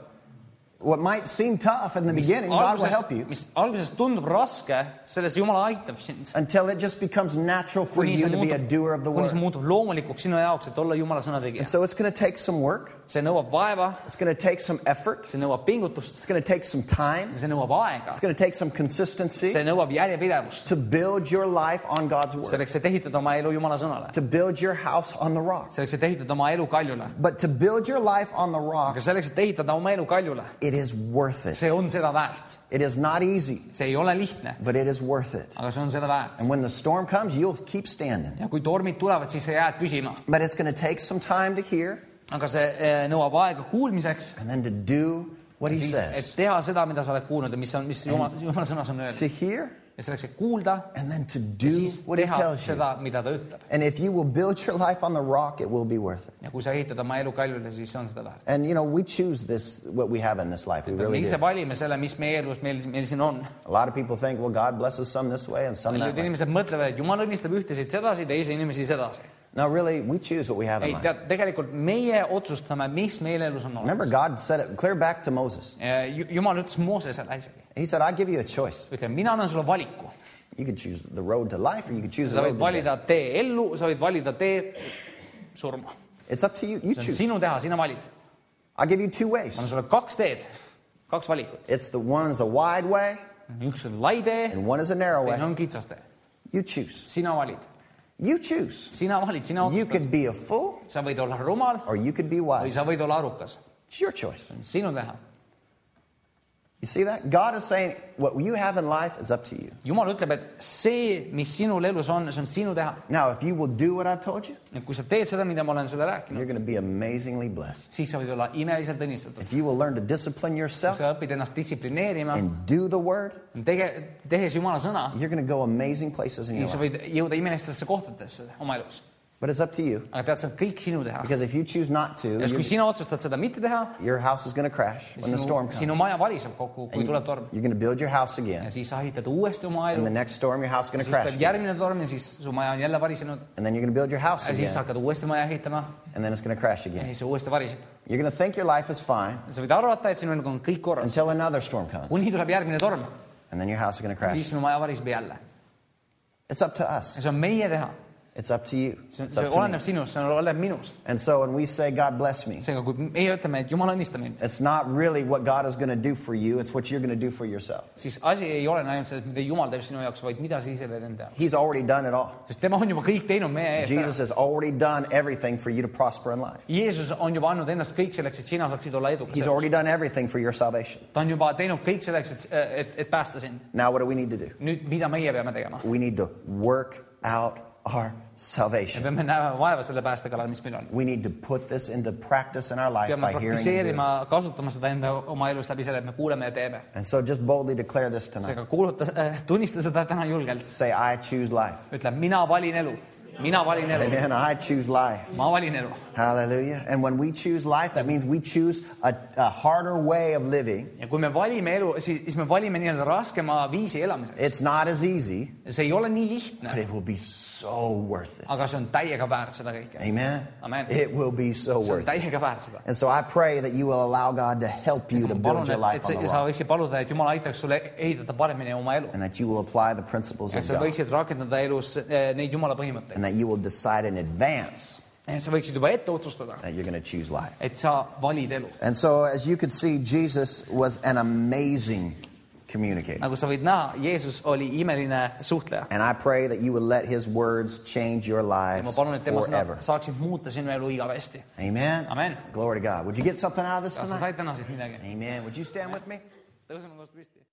A: what might seem tough in the beginning, God will help you
B: mis alguses tundub raske , selles Jumal aitab sind .
A: until it just becomes natural for
B: kuni
A: you
B: see
A: to be a doer of the
B: muutub , kuni see
A: word.
B: muutub loomulikuks sinu jaoks , et olla Jumala sõnategija
A: And . so it's going to take some work,
B: see nõuab vaeva ,
A: it's going to take some effort,
B: see nõuab pingutust ,
A: it's going to take some time,
B: see nõuab aega
A: it's , going to take some consistency
B: see nõuab järjepidevust ,
A: to build your life on God's word,
B: selleks , et ehitada oma elu Jumala sõnale ,
A: to build your house on the rock.
B: selleks , et ehitada oma elu kaljule .
A: But to build your life on the rock,
B: aga selleks , et ehitada oma elu kaljule ,
A: it is worth it.
B: see on seda väärt ,
A: It is not easy,
B: see ei ole lihtne ,
A: but it is worth it.
B: aga see on seda väärt .
A: And when the storm comes, you'll keep standing.
B: ja kui tormid tulevad , siis sa jääd püsima ,
A: But it's going to take some time to hear
B: aga see eh, nõuab aega kuulmiseks ,
A: and then to do what he
B: siis , et
A: says.
B: teha seda , mida sa oled kuulnud ja mis on , mis Jumala , Jumala sõnas on öeldud
A: To hear
B: ja selleks , et kuulda
A: and then to
B: ja
A: do
B: siis
A: what he
B: teha
A: tells you.
B: seda , mida ta ütleb .
A: And if you will build your life on the rock, it will be worth it.
B: ja kui sa ehitad oma elu kaljule , siis on seda väärt .
A: And you know, we choose this what we have in this life. We
B: me
A: really
B: ise
A: do.
B: valime selle , mis meie elus meil , meil siin on
A: A lot of people think, well, God blesses some this way and some that
B: paljud
A: way.
B: inimesed mõtlevad , et jumal õnnistab ühtesid sedasi , teisi inimesi sedasi .
A: No, really, we choose what we have in
B: ei
A: life.
B: tead , tegelikult meie otsustame , mis meil elus on
A: Remember,
B: olemas .
A: God said it clear back to Moses.
B: jumal ütles Moosesele isegi ,
A: He said, I give you a choice.
B: ütle , mina annan sulle valiku ,
A: You could choose the road to life or you could choose the
B: sa
A: road
B: võid
A: to death.
B: valida tee ellu , sa võid valida tee surma .
A: It's up to you. You
B: see on
A: choose.
B: sinu teha , sina valid . ma
A: I'll give you two ways.
B: annan sulle kaks teed , kaks valikut ,
A: It's the one's a wide way
B: üks on lai tee ,
A: and one is a narrow way.
B: teine on kitsas tee .
A: You choose.
B: sina valid ,
A: You choose.
B: sina valid , sina
A: You
B: otsustad ,
A: could be a fool
B: sa võid olla rumal
A: or you could be
B: või
A: wise.
B: sa võid olla arukas ,
A: It's your choice.
B: sinu teha
A: You see that? God is saying what you have in life is up to you.
B: jumal ütleb , et see , mis sinul elus on , see on sinu teha .
A: Now, if you will do what I've told you,
B: et kui sa teed seda , mida ma olen sulle rääkinud ,
A: you're going to be amazingly blessed.
B: siis sa võid olla imeliselt õnnistatud .
A: If you will learn to discipline yourself
B: sa õpid ennast distsiplineerima ,
A: and do the word,
B: tege- , tehes jumala sõna ,
A: you're going to go amazing places in your
B: siis sa
A: life.
B: võid jõuda imelistesse kohtadesse oma elus .
A: But it's up to you
B: aga tead , see on kõik sinu teha .
A: because if you choose not to,
B: ja siis ,
A: you-
B: kui sina otsustad seda mitte teha ,
A: your house is going to crash when the storm
B: sinu ,
A: comes.
B: sinu maja variseb kokku , kui tuleb torm .
A: You're going to build your house
B: ja
A: again.
B: siis sa ehitad uuesti oma
A: And the
B: elu ,
A: next storm, your house is going to
B: siis
A: crash.
B: tuleb
A: again.
B: järgmine torm ja siis su maja on jälle varisenud
A: And then you're going to build your house
B: ja siis sa
A: again.
B: hakkad uuesti maja ehitama
A: And then it's going to crash
B: ja
A: again.
B: siis see uuesti variseb .
A: You're going to think your life is fine
B: sa võid arvata , et sinu eluga on kõik korras ,
A: until another storm comes.
B: kuni tuleb järgmine torm
A: And then your house is going to
B: siis
A: crash.
B: sinu maja variseb jälle .
A: It's up to us.
B: see on meie teha ,
A: It's up to you.
B: see on ,
A: It's
B: see
A: up to me.
B: oleneb sinust , see oleneb minust .
A: And so when we say, God bless me,
B: seega , kui meie ütleme , et jumal õnnista mind ,
A: it's not really what God is going to do for you, it's what you're going to do for yourself.
B: siis asi ei ole ainult selles , mida jumal teeb sinu jaoks , vaid mida sa ise teed enda jaoks .
A: He's already done it all.
B: sest tema on juba kõik teinud meie eest ära .
A: Jesus has already done everything for you to prosper in life.
B: Jeesus on juba andnud endast kõik selleks , et sina saaksid olla
A: He's
B: edukas .
A: already done everything for your salvation.
B: ta on juba teinud kõik selleks , et , et , et päästa sind .
A: Now, what do we need to do?
B: nüüd , mida meie peame tegema ?
A: We need to work out our
B: me
A: salvation.
B: peame näema vaeva selle pääste kallal , mis meil on .
A: We need to put this into practice in our life
B: peame
A: by hearing and doing.
B: praktiseerima , kasutama seda enda oma elus läbi selle , et me kuuleme ja teeme .
A: And so just boldly declare this tonight.
B: seega kuuluta äh, , tunnista seda täna julgelt .
A: Say, I choose life.
B: ütle , mina valin elu , mina valin elu .
A: Amen. I choose life.
B: ma valin elu
A: Hallelujah. And when we choose life, that means we choose a, a harder way of living.
B: ja kui me valime elu , siis , siis me valime nii-öelda raskema viisi elamiseks .
A: It's not as easy,
B: see ei ole nii lihtne
A: but , it will be so worth it.
B: aga see on täiega väärt seda kõike .
A: Amen.
B: Amen.
A: It will be so
B: see on
A: worth it.
B: täiega väärt seda .
A: And so I pray that you will allow God to help you to build
B: palun ,
A: your
B: et ,
A: life
B: et
A: on
B: sa,
A: the
B: sa
A: rock
B: võiksid paluda , et Jumal aitaks sulle ehitada paremini oma elu .
A: and that you will apply the principles
B: et
A: of
B: sa
A: God
B: võiksid rakendada elus eh, neid Jumala põhimõtteid .
A: and that you will decide in advance
B: sa võiksid juba ette otsustada ,
A: that you're going to choose life.
B: et sa valid elu .
A: And so as you could see, Jesus was an amazing communicator.
B: nagu sa võid näha , Jeesus oli imeline suhtleja .
A: And I pray that you would let his words change your
B: ma
A: lives
B: palun , et tema
A: forever.
B: sõnad saaksid muuta sinu elu igavesti .
A: Amen.
B: Amen.
A: Glory to God. Would you get something out of this
B: kas sa
A: tonight?
B: said täna siit midagi ?
A: Amen. Would you stand with me?
B: tõuseme koos püsti .